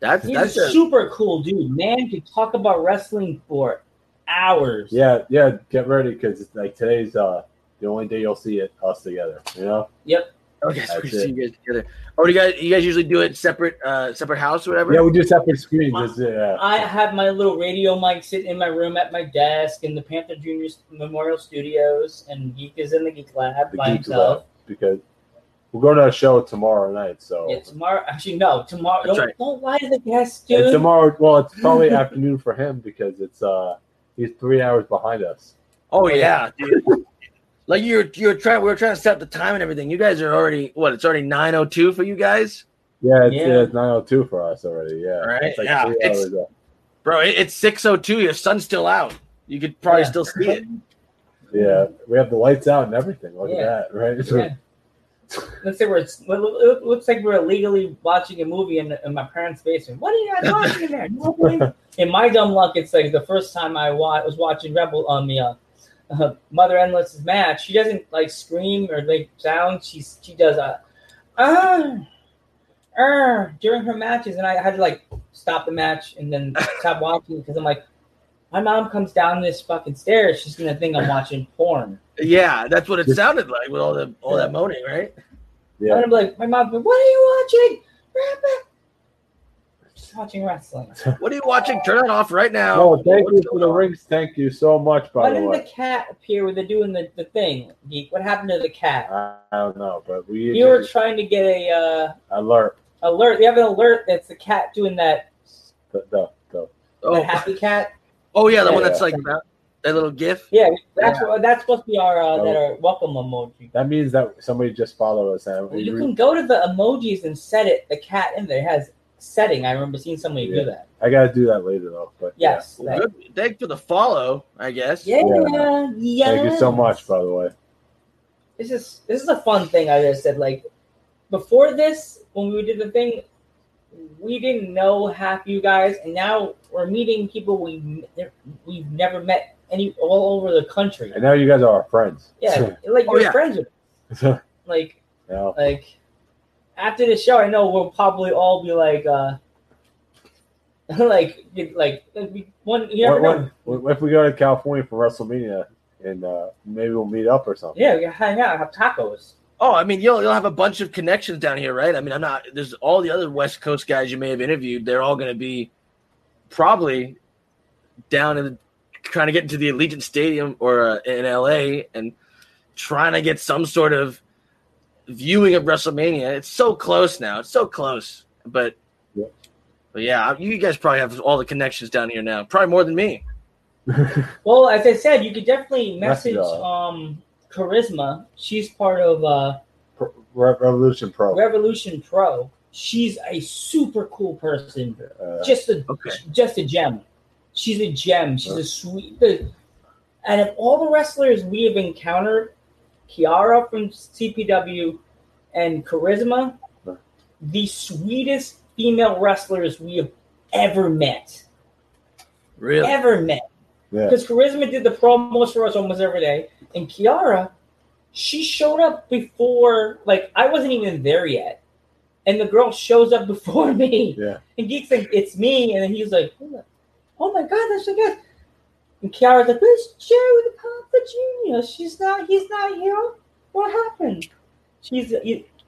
That's,
He's
that's
a
a,
super cool dude. Man could talk about wrestling for hours.
Yeah. Yeah. Get ready because like today's uh the only day you'll see it us together. You know.
okay. So
That's
we see you guys together. Oh, do you guys, you guys usually do it separate, uh, separate house or whatever?
Yeah, we do separate screens. It's, yeah.
I have my little radio mic sitting in my room at my desk in the Panther Junior Memorial Studios, and Geek is in the Geek Lab
the
by
geeks love
himself.
because we're going to a show tomorrow night. So
Yeah, tomorrow, actually, no, tomorrow.
That's
Don't,
right.
don't lie to the guests,
And
dude.
tomorrow, well, it's probably afternoon for him because it's uh he's three hours behind us.
Oh yeah, dude. like you're you're trying. We were trying to set up the time and everything. You guys are already what? It's already nine oh two for you guys,
Yeah, it's,
Yeah.
yeah. it's 902 for us already. Yeah.
Right,
It's like
yeah,
three
it's-
hours up.
bro. It, it's six oh two. Your sun's still out. You could probably
Yeah.
still see it.
Yeah. We have the lights out and everything. Look
Yeah.
at that. Right.
Yeah. Let's say we're. It looks like we're illegally watching a movie in, in my parents' basement. What are you guys watching in there? Nothing. in my dumb luck, it's like the first time I wa- was watching Rebel on the uh, uh, Mother Endless's match. She doesn't like scream or make sound. She she does a ah. Er, during her matches, and I had to like stop the match and then stop watching because I'm like, my mom comes down this fucking stairs, she's gonna think I'm watching porn.
Yeah, that's what it sounded like with all the all that moaning, right?
And
yeah.
I'm like, my mom's like, what are you watching? Grandpa?" She's watching wrestling.
What are you watching? Turn it off right now.
Oh, thank you
What's
for
going
the
on?
rings. Thank you so much, by
Why
the
didn't
way.
the cat appear when they're doing the, the thing, Geek? What happened to the cat?
I I don't know, but we
You were trying to get a uh,
alert.
alert. They have an alert that's the cat doing that,
The, the, the,
that
Oh,
happy cat.
oh yeah, the one
Yeah.
that's like that, that little GIF.
Yeah, that's what that's supposed to be our uh, that our welcome emoji.
that means that somebody just followed us. And
Well,
we
you
re-
can go to the emojis and set it. The cat in there has setting. I remember seeing somebody
Yeah.
do that.
I got to do that later, though. But
Yes.
Well,
that-
good. Thanks for the follow, I guess.
Yeah. Yeah.
yeah. Thank you so much, by the way.
this is this is a fun thing I just said. Like before this, when we did the thing, we didn't know half you guys, and now we're meeting people we n- we've never met any all over the country.
And now you guys are our friends.
Yeah, like
Oh,
you're
yeah.
friends with
So,
like
you know,
like after the show, I know we'll probably all be like uh like like we- one you never
what-
know.
what- what if we go to California for WrestleMania and uh, maybe we'll meet up or something?
Yeah, we can hang out, have tacos.
Oh, I mean, you'll you'll have a bunch of connections down here, right? I mean, I'm not. There's all the other West Coast guys you may have interviewed. They're all going to be probably down in trying to get into the Allegiant Stadium or uh, in LA and trying to get some sort of viewing of WrestleMania. It's so close now. It's so close. But
Yeah.
but yeah, you guys probably have all the connections down here now. Probably more than me.
Well, as I said, you could definitely message
Message, uh,
um Charisma. She's part of uh
Pro- Re- Revolution Pro.
Revolution Pro. She's a super cool person.
Uh,
Just a
Okay.
just a gem. She's a gem. She's a sweet. The, and of all the wrestlers we have encountered, Kiara from CPW and Charisma, the sweetest female wrestlers we have ever met.
Really?
Ever met.
yeah.
Because Charisma did the promos for us almost every day. And Kiara, she showed up before, like, I wasn't even there yet. And the girl shows up before me.
Yeah.
And Geek's like, it's me. And then he's like, oh my God, that's so good. And Kiara's like, where's Joe the Papa Jr.? She's not, he's not here. What happened? She's,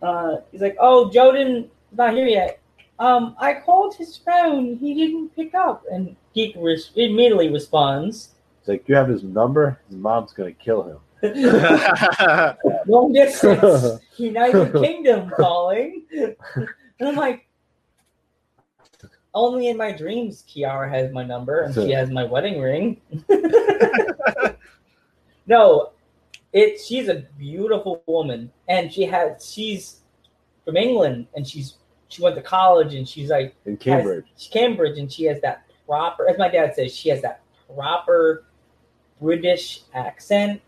uh, he's like, oh, Joe didn't, not here yet. Um, I called his phone. He didn't pick up. And Geek res- immediately responds,
It's like, you have his number? His mom's going to kill him.
long distance, United Kingdom calling. and I'm like, only in my dreams, Kiara has my number and
So-
she has my wedding ring. no, it. She's a beautiful woman, and she has. She's from England, and she's she went to college, and she's like
In
has-
Cambridge.
she's Cambridge, and she has that proper, as my dad says, she has that proper British accent.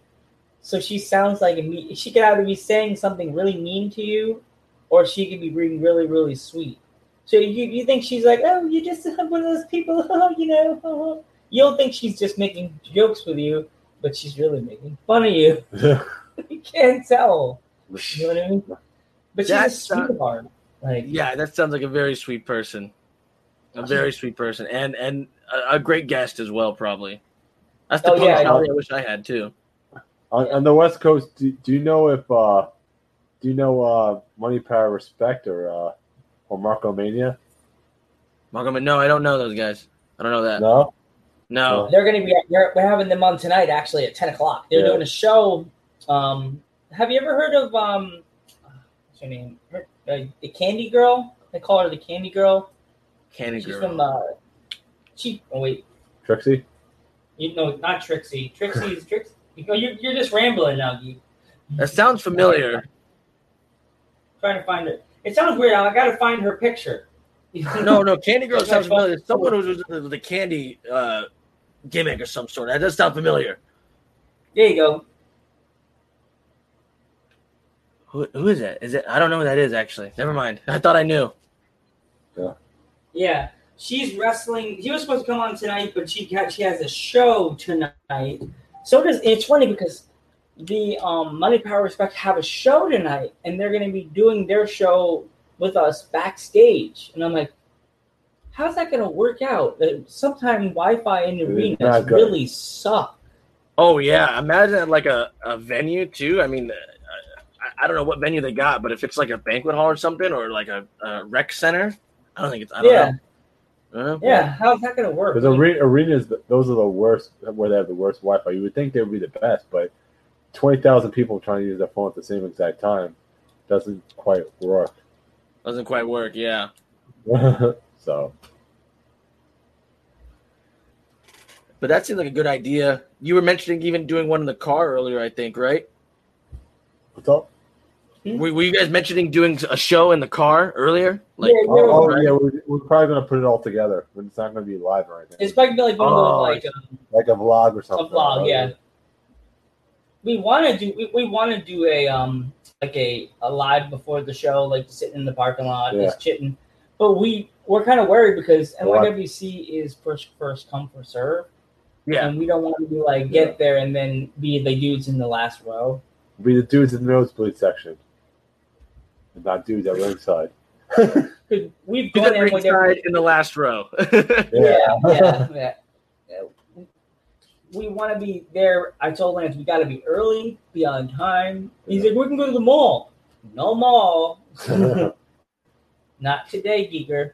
So she sounds like a me- she could either be saying something really mean to you, or she could be being really, really sweet. So you, you think she's like, oh, you're just one of those people, you know. You don't think she's just making jokes with you, but she's really making fun of you. You can't tell. You know what I mean? But she's a
That's, uh,
sweetheart. Like,
yeah, that sounds like a very sweet person. A very sweet person, and and a, a great guest as well, probably. That's the
Oh, yeah, I
punctuality I wish I had too.
on, on the West Coast, do, do you know if, uh, do you know uh, Money Power Respect or, uh, or Marco Mania?
Malcolm, no, I don't know those guys. I don't know that.
No?
No.
They're going to be. We're, we're having them on tonight, actually, at ten o'clock. They're
Yeah.
doing a show. Um, have you ever heard of um, what's her name? Her- uh, the Candy Girl. They call her the Candy Girl.
Candy
She's
girl.
from. Uh, she. Oh wait,
Trixie?
you know, not Trixie. Trixie is Trixie. Oh, You're, you're just rambling now. You
that sounds familiar.
trying to find it. It sounds weird. I got to find her picture.
No, no, Candy Girl
That's
sounds
my fault.
familiar. Someone was was with a candy uh, gimmick or some sort. That does sound familiar.
There you go.
Who, who is that? Is it? I don't know who that is actually. Never mind. I thought I knew.
Yeah, she's wrestling. She was supposed to come on tonight, but she got, she has a show tonight. So does it's funny because the um, Money Power Respect have a show tonight, and they're going to be doing their show with us backstage. And I'm like, how's that going to work out? That Sometime Wi-Fi in the
It's
arenas
not good.
really suck.
Oh yeah, imagine like a, a venue too. I mean, uh, I, I don't know what venue they got, but if it's like a banquet hall or something, or like a, a rec center, I don't think it's. I don't
Yeah.
know. I don't know.
Yeah, how's that going to work?
Because are- arenas, those are the worst, where they have the worst Wi Fi. You would think they would be the best, but 20,000 people trying to use their phone at the same exact time doesn't quite work.
Doesn't quite work. Yeah.
so,
But that seems like a good idea. You were mentioning even doing one in the car earlier, I think, right?
what's up?
Mm-hmm.
Were, were you guys mentioning doing a show in the car earlier? Like,
Yeah, yeah.
Oh, oh, yeah, we're, we're probably going to put it all together. but It's not going to be live or anything.
It's probably like one of
Oh,
those like um,
like a vlog or something.
a vlog, yeah. We want to do we, we want to do a um like a, a live before the show, like sitting in the parking lot, just chitting. But we we're kind of worried because
Right.
NYWC is first first come first serve,
yeah.
and we don't want to be like get there and then be the dudes in the last row.
Be the dudes in the nosebleed section. And not dudes at ringside.
Because we've
Do
gone
that
there
ringside in the last row.
yeah, yeah, yeah. yeah. We want to be there. I told Lance we got to be early, be on time. He's like, we can go to the mall. No mall. Not today, Geeker.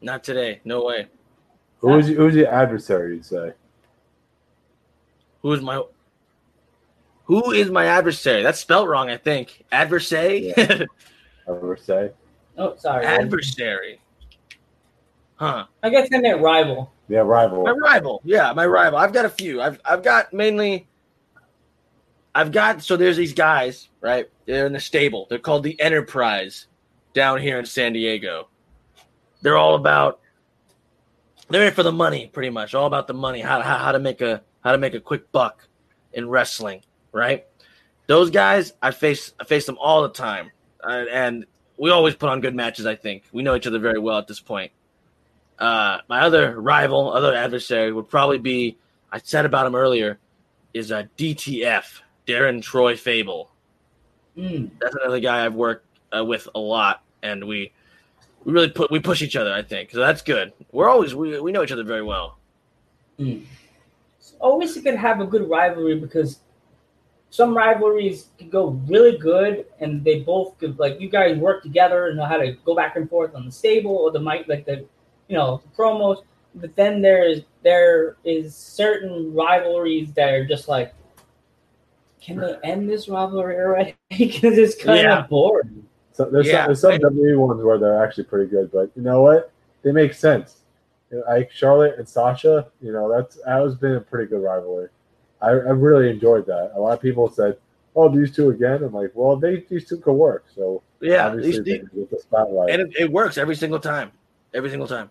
Not today. No way.
Who is who's your adversary? You'd say.
Who's my Who is my adversary? That's spelt wrong, I think. Adversary?
I would say.
Oh, sorry.
adversary. Huh.
I guess I meant rival.
Yeah, rival.
My rival. Yeah, my rival. I've got a few. I've I've got mainly I've got so there's these guys, right? They're in the stable. They're called the Enterprise down here in San Diego. They're all about they're in for the money, pretty much. All about the money, how how, how to make a how to make a quick buck in wrestling, right? Those guys, I face I face them all the time. And, and we always put on good matches, I think. We know each other very well at this point. Uh, my other rival, other adversary would probably be I said about him earlier, is uh, a DTF, Darren Troy Fable.
Mm.
That's another guy I've worked uh, with a lot, and we we really put we push each other. I think so. That's good. We're always we we know each other very well.
It's always good to have a good rivalry because some rivalries can go really good and they both could like you guys work together and know how to go back and forth on the stable or the mic like the you know the promos. But then there is there is certain rivalries that are just like, can they end this rivalry already? because it's kind
Yeah.
of boring.
So there's
Yeah.
some, there's some WWE ones where they're actually pretty good, but you know what? They make sense. Like Charlotte and Sasha, you know that's that has been a pretty good rivalry. I, I really enjoyed that. A lot of people said, "Oh, these two again." I'm like, "Well, they these two could work." So
Yeah,
obviously they
these- these-
can get the spotlight.
and it, it works every single time. Every single time.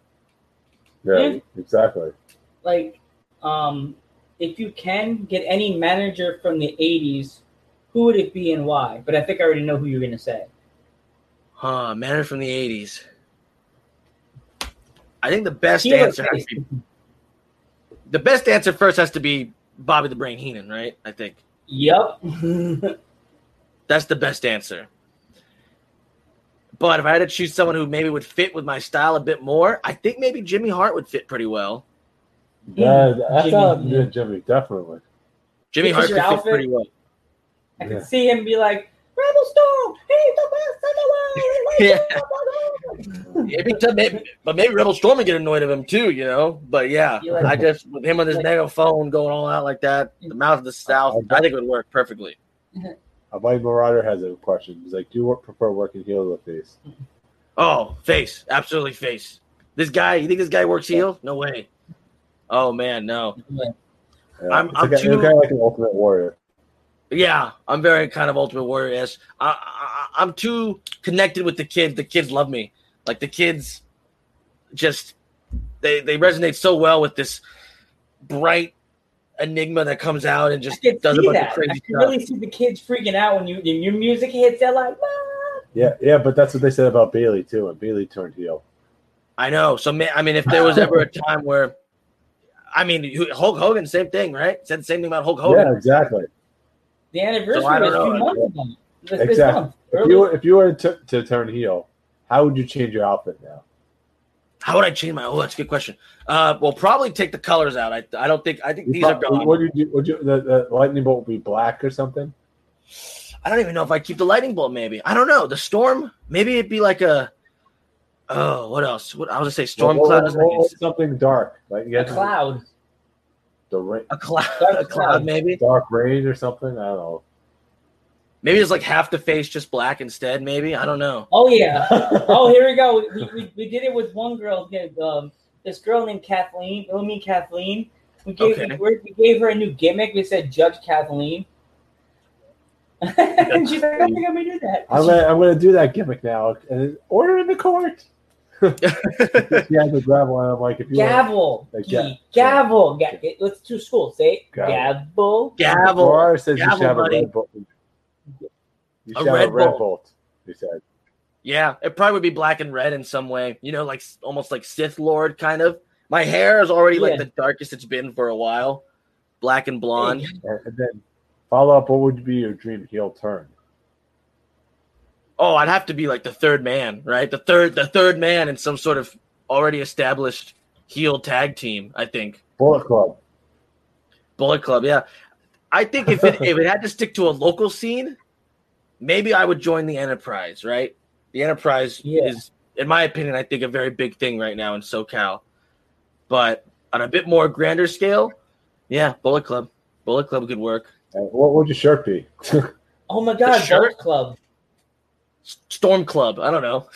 yeah,
Yeah.
exactly.
like um if you can get any manager from the 80s who would it be and why but i think i already know who you're going to say
Huh, Manor from the '80s. I think the best
Heel or
answer has
face?
to be, the best answer first has to be Bobby the Brain Heenan, right? I think.
yep
That's the best answer. But if I had to choose someone who maybe would fit with my style a bit more, I think maybe Jimmy Hart would fit pretty well. Hmm,
Yeah, that's
Jimmy,
not
yeah.
Jimmy. Definitely.
Jimmy
Because
Hart
your
could fit
outfit-
pretty well.
i
Yeah.
could see him be like rebel storm he's the best in the world
Yeah. Maybe, maybe- but maybe Rebel Storm would get annoyed of him too, you know. But yeah,
You like-
I just with him on his
like-
megaphone going all out like that, the mouth of the south, I think it would work perfectly.
I believe Marauder Uh, has a question. He's like, "Do you wor- prefer working heel or face?"
Oh, face, absolutely face. This guy, you think this guy works heel? No way. Oh man, no.
Yeah.
I'm-
It's
I'm
like- it's
too-
kind of like an Ultimate Warrior.
Yeah, I'm very kind of Ultimate Warrior esque. I, I, I'm too connected with the kids. The kids love me. Like the kids, just they they resonate so well with this bright enigma that comes out and
i
just
could
does a
see
bunch
that
of
i
crazy
could
stuff.
really see the kids freaking out when you when your music hits they're like "Mom."
Yeah, yeah, but that's what they said about Bailey too, and Bailey turned heel.
I know. So ma- I mean, if there was ever a time where, I mean, who- Hulk Hogan, same thing, right? Said the same thing about Hulk Hogan.
Yeah, exactly.
the anniversary
So I don't
was a few
know.
months ago This- this
Exactly.
month.
If you were, if you were to, to turn heel, how would you change your outfit now?
How would I change my? Oh, that's a good question. Uh, well, probably take the colors out. I, I don't think I think
You
these are
probably-
gone.
Would you do? Would you the, the lightning bolt would be black or something?
I don't even know if I keep the lightning bolt. Maybe I don't know the storm. Maybe it'd be like a. Oh, what else? What I was gonna say, storm
Or- or-
cloud. doesn't
or-
make any
or
sense.
something dark, like you
a
got
cloud
the rain,
A cloud,
Dark
a cloud.
cloud.
Maybe.
dark rain or something. I don't know.
Maybe it's like half the face just black instead. Maybe I don't know.
oh yeah oh, here we go. We, we, we did it with one girl. okay, Um, this girl named Kathleen. It'll mean Kathleen. We gave
Okay.
we, we gave her a new gimmick. We said Judge Kathleen. and she's like, I don't think I'm gonna do that.
I'm gonna I'm gonna do that gimmick now and order in the court. She had the gravel, and I'm like, if you want
Gavel,
Like,
Gee,
yeah.
gavel. Ga- it- Let's do school. Say it.
Gavel.
gavel.
Gavel.
Ferrara says you should
Gavel,
have a
buddy.
red bolt. You should have
Red
a red
Bull.
bolt. He said.
Yeah, it probably would be black and red in some way. You know, like almost like Sith Lord kind of. My hair is already like
Yeah.
the darkest it's been for a while, black and blonde.
And, and then follow up. What would be your dream heel turn?
oh i'd have to be like the third man right the third the third man in some sort of already established heel tag team i think
Bullet Club.
bullet club yeah i think if it, if it had to stick to a local scene maybe i would join the enterprise right the enterprise
Yeah.
is in my opinion i think a very big thing right now in socal but on a bit more grander scale yeah bullet club bullet club could work
Uh, what would your shirt be?
Oh my God,
shirt?
Bolt Club.
S- Storm Club. I don't know.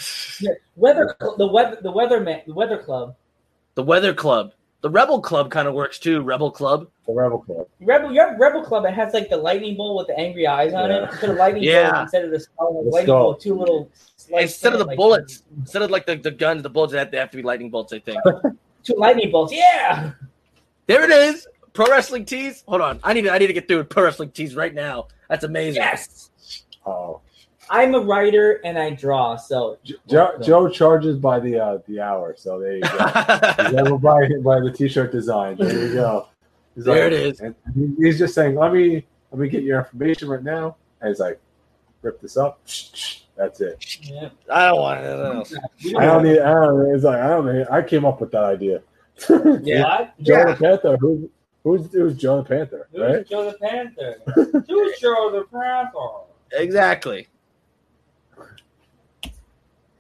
Yeah, Weather Cl- the weather the weatherman the weather club.
The Weather Club. The Rebel Club kind of works too. Rebel Club.
The Rebel Club.
Rebel your Rebel Club it has like the lightning bolt with the angry eyes on
Yeah.
it. Instead of lightning
Yeah.
bolt instead of the skull,
Let's
lightning
go.
bolt two little slices
Instead of the
like,
bullets. Instead of like the, the guns, the bullets, they have, they have to be lightning bolts, I think.
Two lightning bolts. Yeah.
there it is. Pro Wrestling Tees. Hold on. I need to, I need to get through with Pro Wrestling Tees right now. That's amazing.
Yes.
Oh,
I'm a writer and I draw, so
J- Joe, Joe charges by the uh, the hour, so there you go. He's level by by the t-shirt design. There you go. He's
There
like-
it is.
And he- he's just saying, "Let me let me get your information right now." And he's like, "Rip this up." That's it.
yeah.
I don't want anything else.
I don't need. I don't. It's like I don't. Need, I came up with that idea.
Yeah.
What?
Joe the Panther. Who, who's who's Joe the Panther?
Who's
Right?
Joe the Panther? Who's Joe the Panther?
Exactly.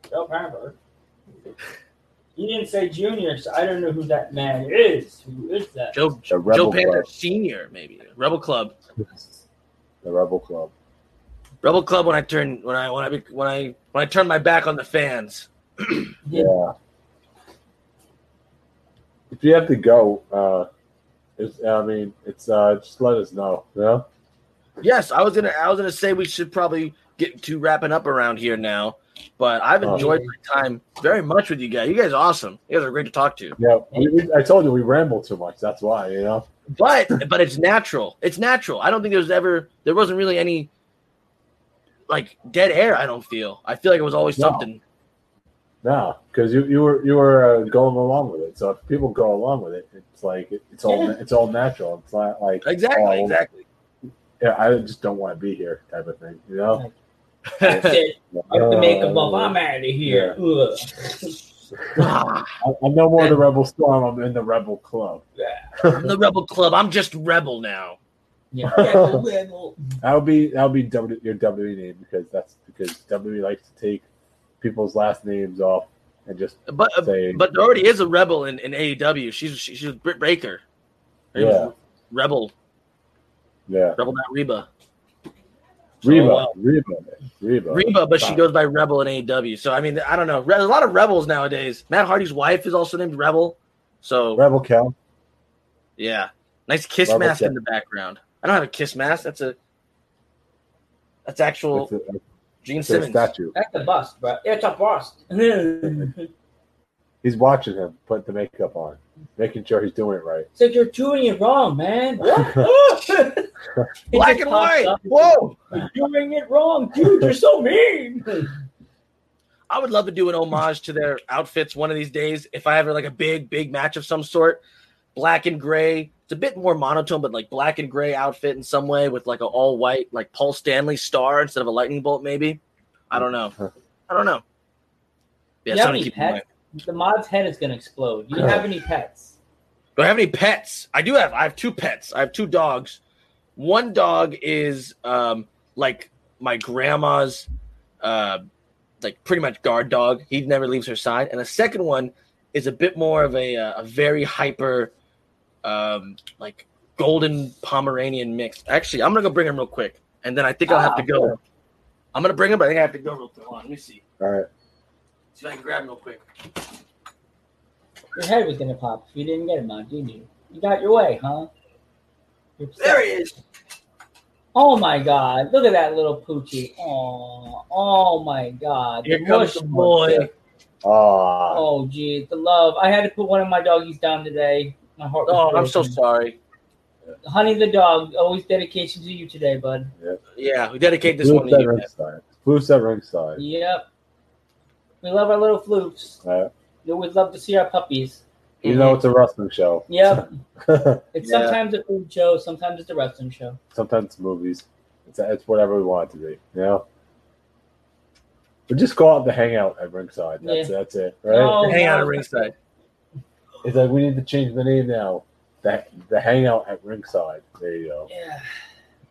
Joe Panther. He didn't say junior, so I don't know who that man is. Who is that?
Joe
The
Joe
Rebel
Panther
Club.
Senior, maybe. Rebel Club.
The Rebel Club.
Rebel Club when I turn when I when I be- when I when I turn my back on the fans.
Yeah. If you have to go, uh, it's, I mean, it's uh, just let us know. You know?
Yes, I was gonna I was gonna say we should probably get to wrapping up around here now. But I've
Oh.
enjoyed my time very much with you guys. You guys are awesome. You guys are great to talk to.
Yeah, we, we, I told you we ramble too much. That's why, you know.
But but it's natural. It's natural. I don't think there was ever there wasn't really any like dead air, I don't feel. I feel like it was always
No.
something.
No, because you, you were you were uh, going along with it. So if people go along with it, it's like it, it's all
Yeah.
it's all natural. It's not like
Exactly,
Oh, well,
exactly.
yeah, I just don't want to be here type of thing. You know,
That's it. I have to make him up. I'm
Uh,
out of here. Ugh.
Ah,
I- I'm no more the rebel storm. I'm in the rebel club.
I'm the Rebel Club. I'm just Rebel now.
Yeah. Rebel, rebel.
That'll be that'll be w, your WWE name because that's because WWE likes to take people's last names off and just
But
say
Uh, but there already is a Rebel in, in AEW. She's she, she's Britt Baker. Her name is
Yeah.
Rebel.
yeah
Rebel not Reba.
Reba
wow.
Reba Reba
Reba, but she goes by Rebel in AEW. So I mean, I don't know. Re- There's a lot of Rebels nowadays. Matt Hardy's wife is also named Rebel. So
Rebel Cal.
yeah, nice kiss
Rebel
mask
Cat.
in the background. I don't have a kiss mask. That's a that's actual
It's a, it's
Gene
a
Simmons.
statue.
That's a bust, bro. It's a bust. it's
He's watching him put the makeup on, making sure he's doing it right.
like you're doing it wrong, man. What? It
Black
just
and
pops
white.
up.
Whoa!
You're doing it wrong, dude. You're so mean.
I would love to do an homage to their outfits one of these days. If I have like a big, big match of some sort, black and gray. It's a bit more monotone, but like black and gray outfit in some way with like an all white, like Paul Stanley star instead of a lightning bolt, maybe. I don't know. I don't know. Yeah,
Yeah,
something
he
to keep in
had-
mind.
The mod's head is gonna explode. You
Yeah.
have any pets?
Do I have any pets? I do have. I have two pets. I have two dogs. One dog is um like my grandma's uh like pretty much guard dog. He never leaves her side. And the second one is a bit more of a uh, a very hyper um like golden pomeranian mix. Actually, I'm going to go bring him real quick. And then I think I'll have to go. I'm going to bring him, but I think I have to go real quick. Hold on, let me see.
All right.
See if I can grab him real quick.
Your head was gonna pop if you didn't get him mod, didn't you? You got your way, huh? You're upset.
There he is.
Oh my god, look at that little poochie. Oh, oh my god.
Here
The
comes the
mush-
boy.
Ah,
Oh geez, the love. I had to put one of my doggies down today. My heart was
Oh, I'm so
broken.
sorry.
Honey the dog, always dedication to you today, bud.
Yeah, we dedicate this one
Blue
to
said
you. man.
ringside. Blue said ringside.
Yep. We love our little floops.
Uh,
We would love to see our puppies.
You know it's a wrestling show.
Yep. It's
Yeah.
sometimes a food show, sometimes it's a wrestling show.
Sometimes it's movies. It's it's whatever we want it to be. You know. We just go out to hang out at ringside. That's that's it, right?
No.
Hang out at ringside.
It's like we need to change the name now. That the hangout at ringside. There you go.
Yeah.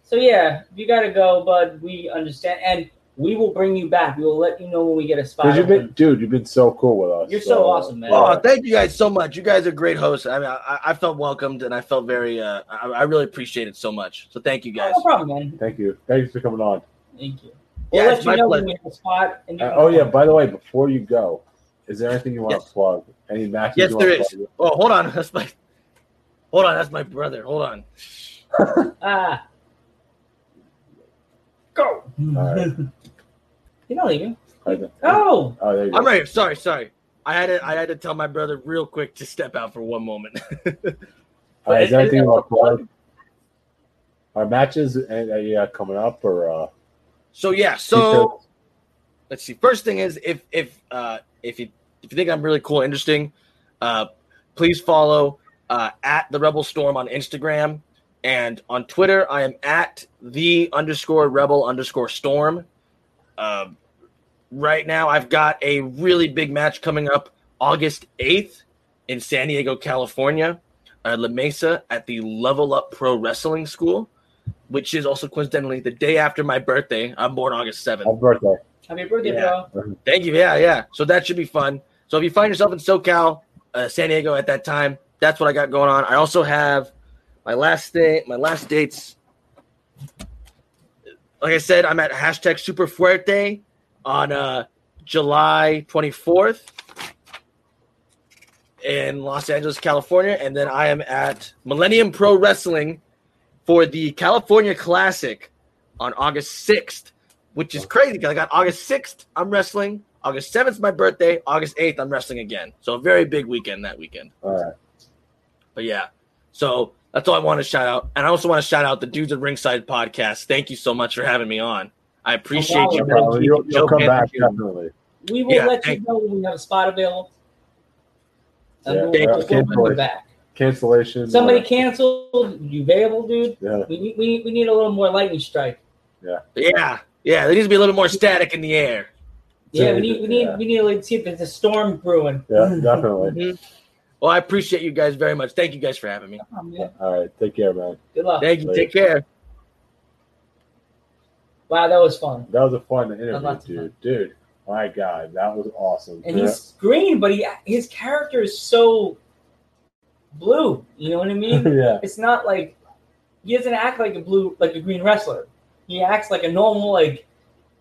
So yeah, you gotta go, bud. We understand, and We will bring you back. We will let you know when we get a spot.
Dude, you've
open.
been, dude, you've been so cool with us.
You're so awesome, man.
Oh, thank you guys so much. You guys are great hosts. I mean, I, I felt welcomed and I felt very. Uh, I, I really appreciate it so much. So thank you guys.
No problem, man.
Thank you. Thanks for coming on.
Thank you.
Yeah,
We'll let
it's
you
my
know
pleasure.
when we have a spot. And you
Uh,
can
oh yeah.
come.
By the way, before you go, is there anything you want
Yes.
to plug? Any matches?
Yes,
you wanna
there is.
plug?
Oh, hold on. That's my. Hold on. That's my brother. Hold on.
Ah. Go.
right.
You're not leaving.
Right there.
Oh,
Oh, there you go.
I'm right here. Sorry, sorry. I had to. I had to tell my brother real quick to step out for one moment.
All right, Uh, is
But-
there anything you want to plug? Our matches and uh, yeah, coming up or uh,
So yeah. So. let's see. First thing is if if uh, if you if you think I'm really cool, and interesting, uh, please follow uh, at the Rebel Storm on Instagram and on Twitter. I am at the underscore Rebel underscore Storm. Um, right now, I've got a really big match coming up August eighth in San Diego, California, uh, La Mesa at the Level Up Pro Wrestling School. Which is also coincidentally the day after my birthday. I'm born August 7th.
happy birthday.
happy birthday,
Yeah.
bro.
Thank you. Yeah, yeah. So that should be fun. So if you find yourself in SoCal, uh, San Diego at that time, that's what I got going on. I also have my last day, my last dates. Like I said, I'm at hashtag Super Fuerte on uh, July 24th in Los Angeles, California, and then I am at Millennium Pro Wrestling for the California Classic on August 6th which is crazy because I got August 6th, I'm wrestling. August 7th is my birthday. August 8th, I'm wrestling again. So a very big weekend that weekend.
All right.
But yeah, so that's all I want to shout out. And I also want to shout out the Dudes at Ringside podcast. Thank you so much for having me on. I appreciate
No
you.
problem.
Bill Keith,
you'll,
Joe
you'll come back
Panther.
definitely.
We will
Yeah,
let you
thank-
know when we have a spot available. And
Yeah,
we'll-
thank
we'll
you.
bring you
Can't
back.
Cancellation.
Somebody
uh,
canceled. You available, dude?
Yeah.
We need, we, need- we need a little more lightning strike.
Yeah, yeah. There needs to be a little more static in the air.
Yeah, we
Yeah,
need we need
yeah.
we need to like, see if there's a storm brewing.
Yeah, definitely.
Well, I appreciate you guys very much. Thank you guys for having me.
Oh, man.
All right. Take care, man.
Good luck.
Thank you. Take care.
Wow, that was fun.
That was a fun
That
interview,
was
dude. Dude, my God, that was awesome.
And he's green, but he his character is so blue. You know what I mean?
yeah.
it's not like he doesn't act like a blue like a green wrestler. He acts like a normal like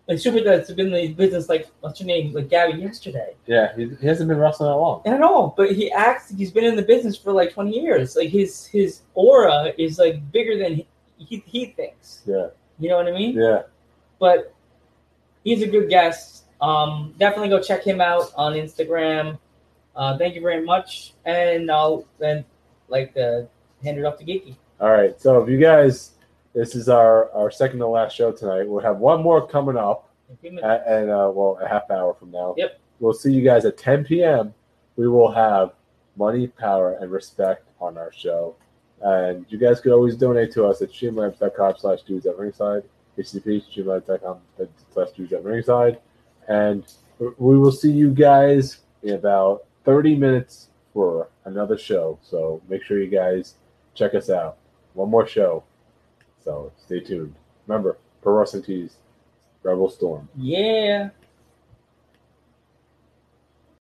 like super that's been in the business like what's your name like Gabby yesterday.
Yeah. He, he hasn't been wrestling that long.
I don't know, but he acts he's been in the business for like twenty years. Like his his aura is like bigger than he he, he thinks.
Yeah.
You know what I mean?
Yeah.
But he's a good guest. Um, definitely go check him out on Instagram. Uh, thank you very much, and I'll then like the hand it off to Geeky.
All right. So if you guys, this is our, our second to last show tonight. We'll have one more coming up. at, and uh, well, a half hour from now.
Yep.
We'll see you guys at 10 p.m. We will have money, power, and respect on our show. And you guys could always donate to us at streamlabs.com slash dudes at ringside, http streamlabs.com uh, slash dudes at ringside. And we will see you guys in about 30 minutes for another show. So make sure you guys check us out. One more show. So stay tuned. Remember, Pro Wrestling Tees, Rebel Storm.
Yeah.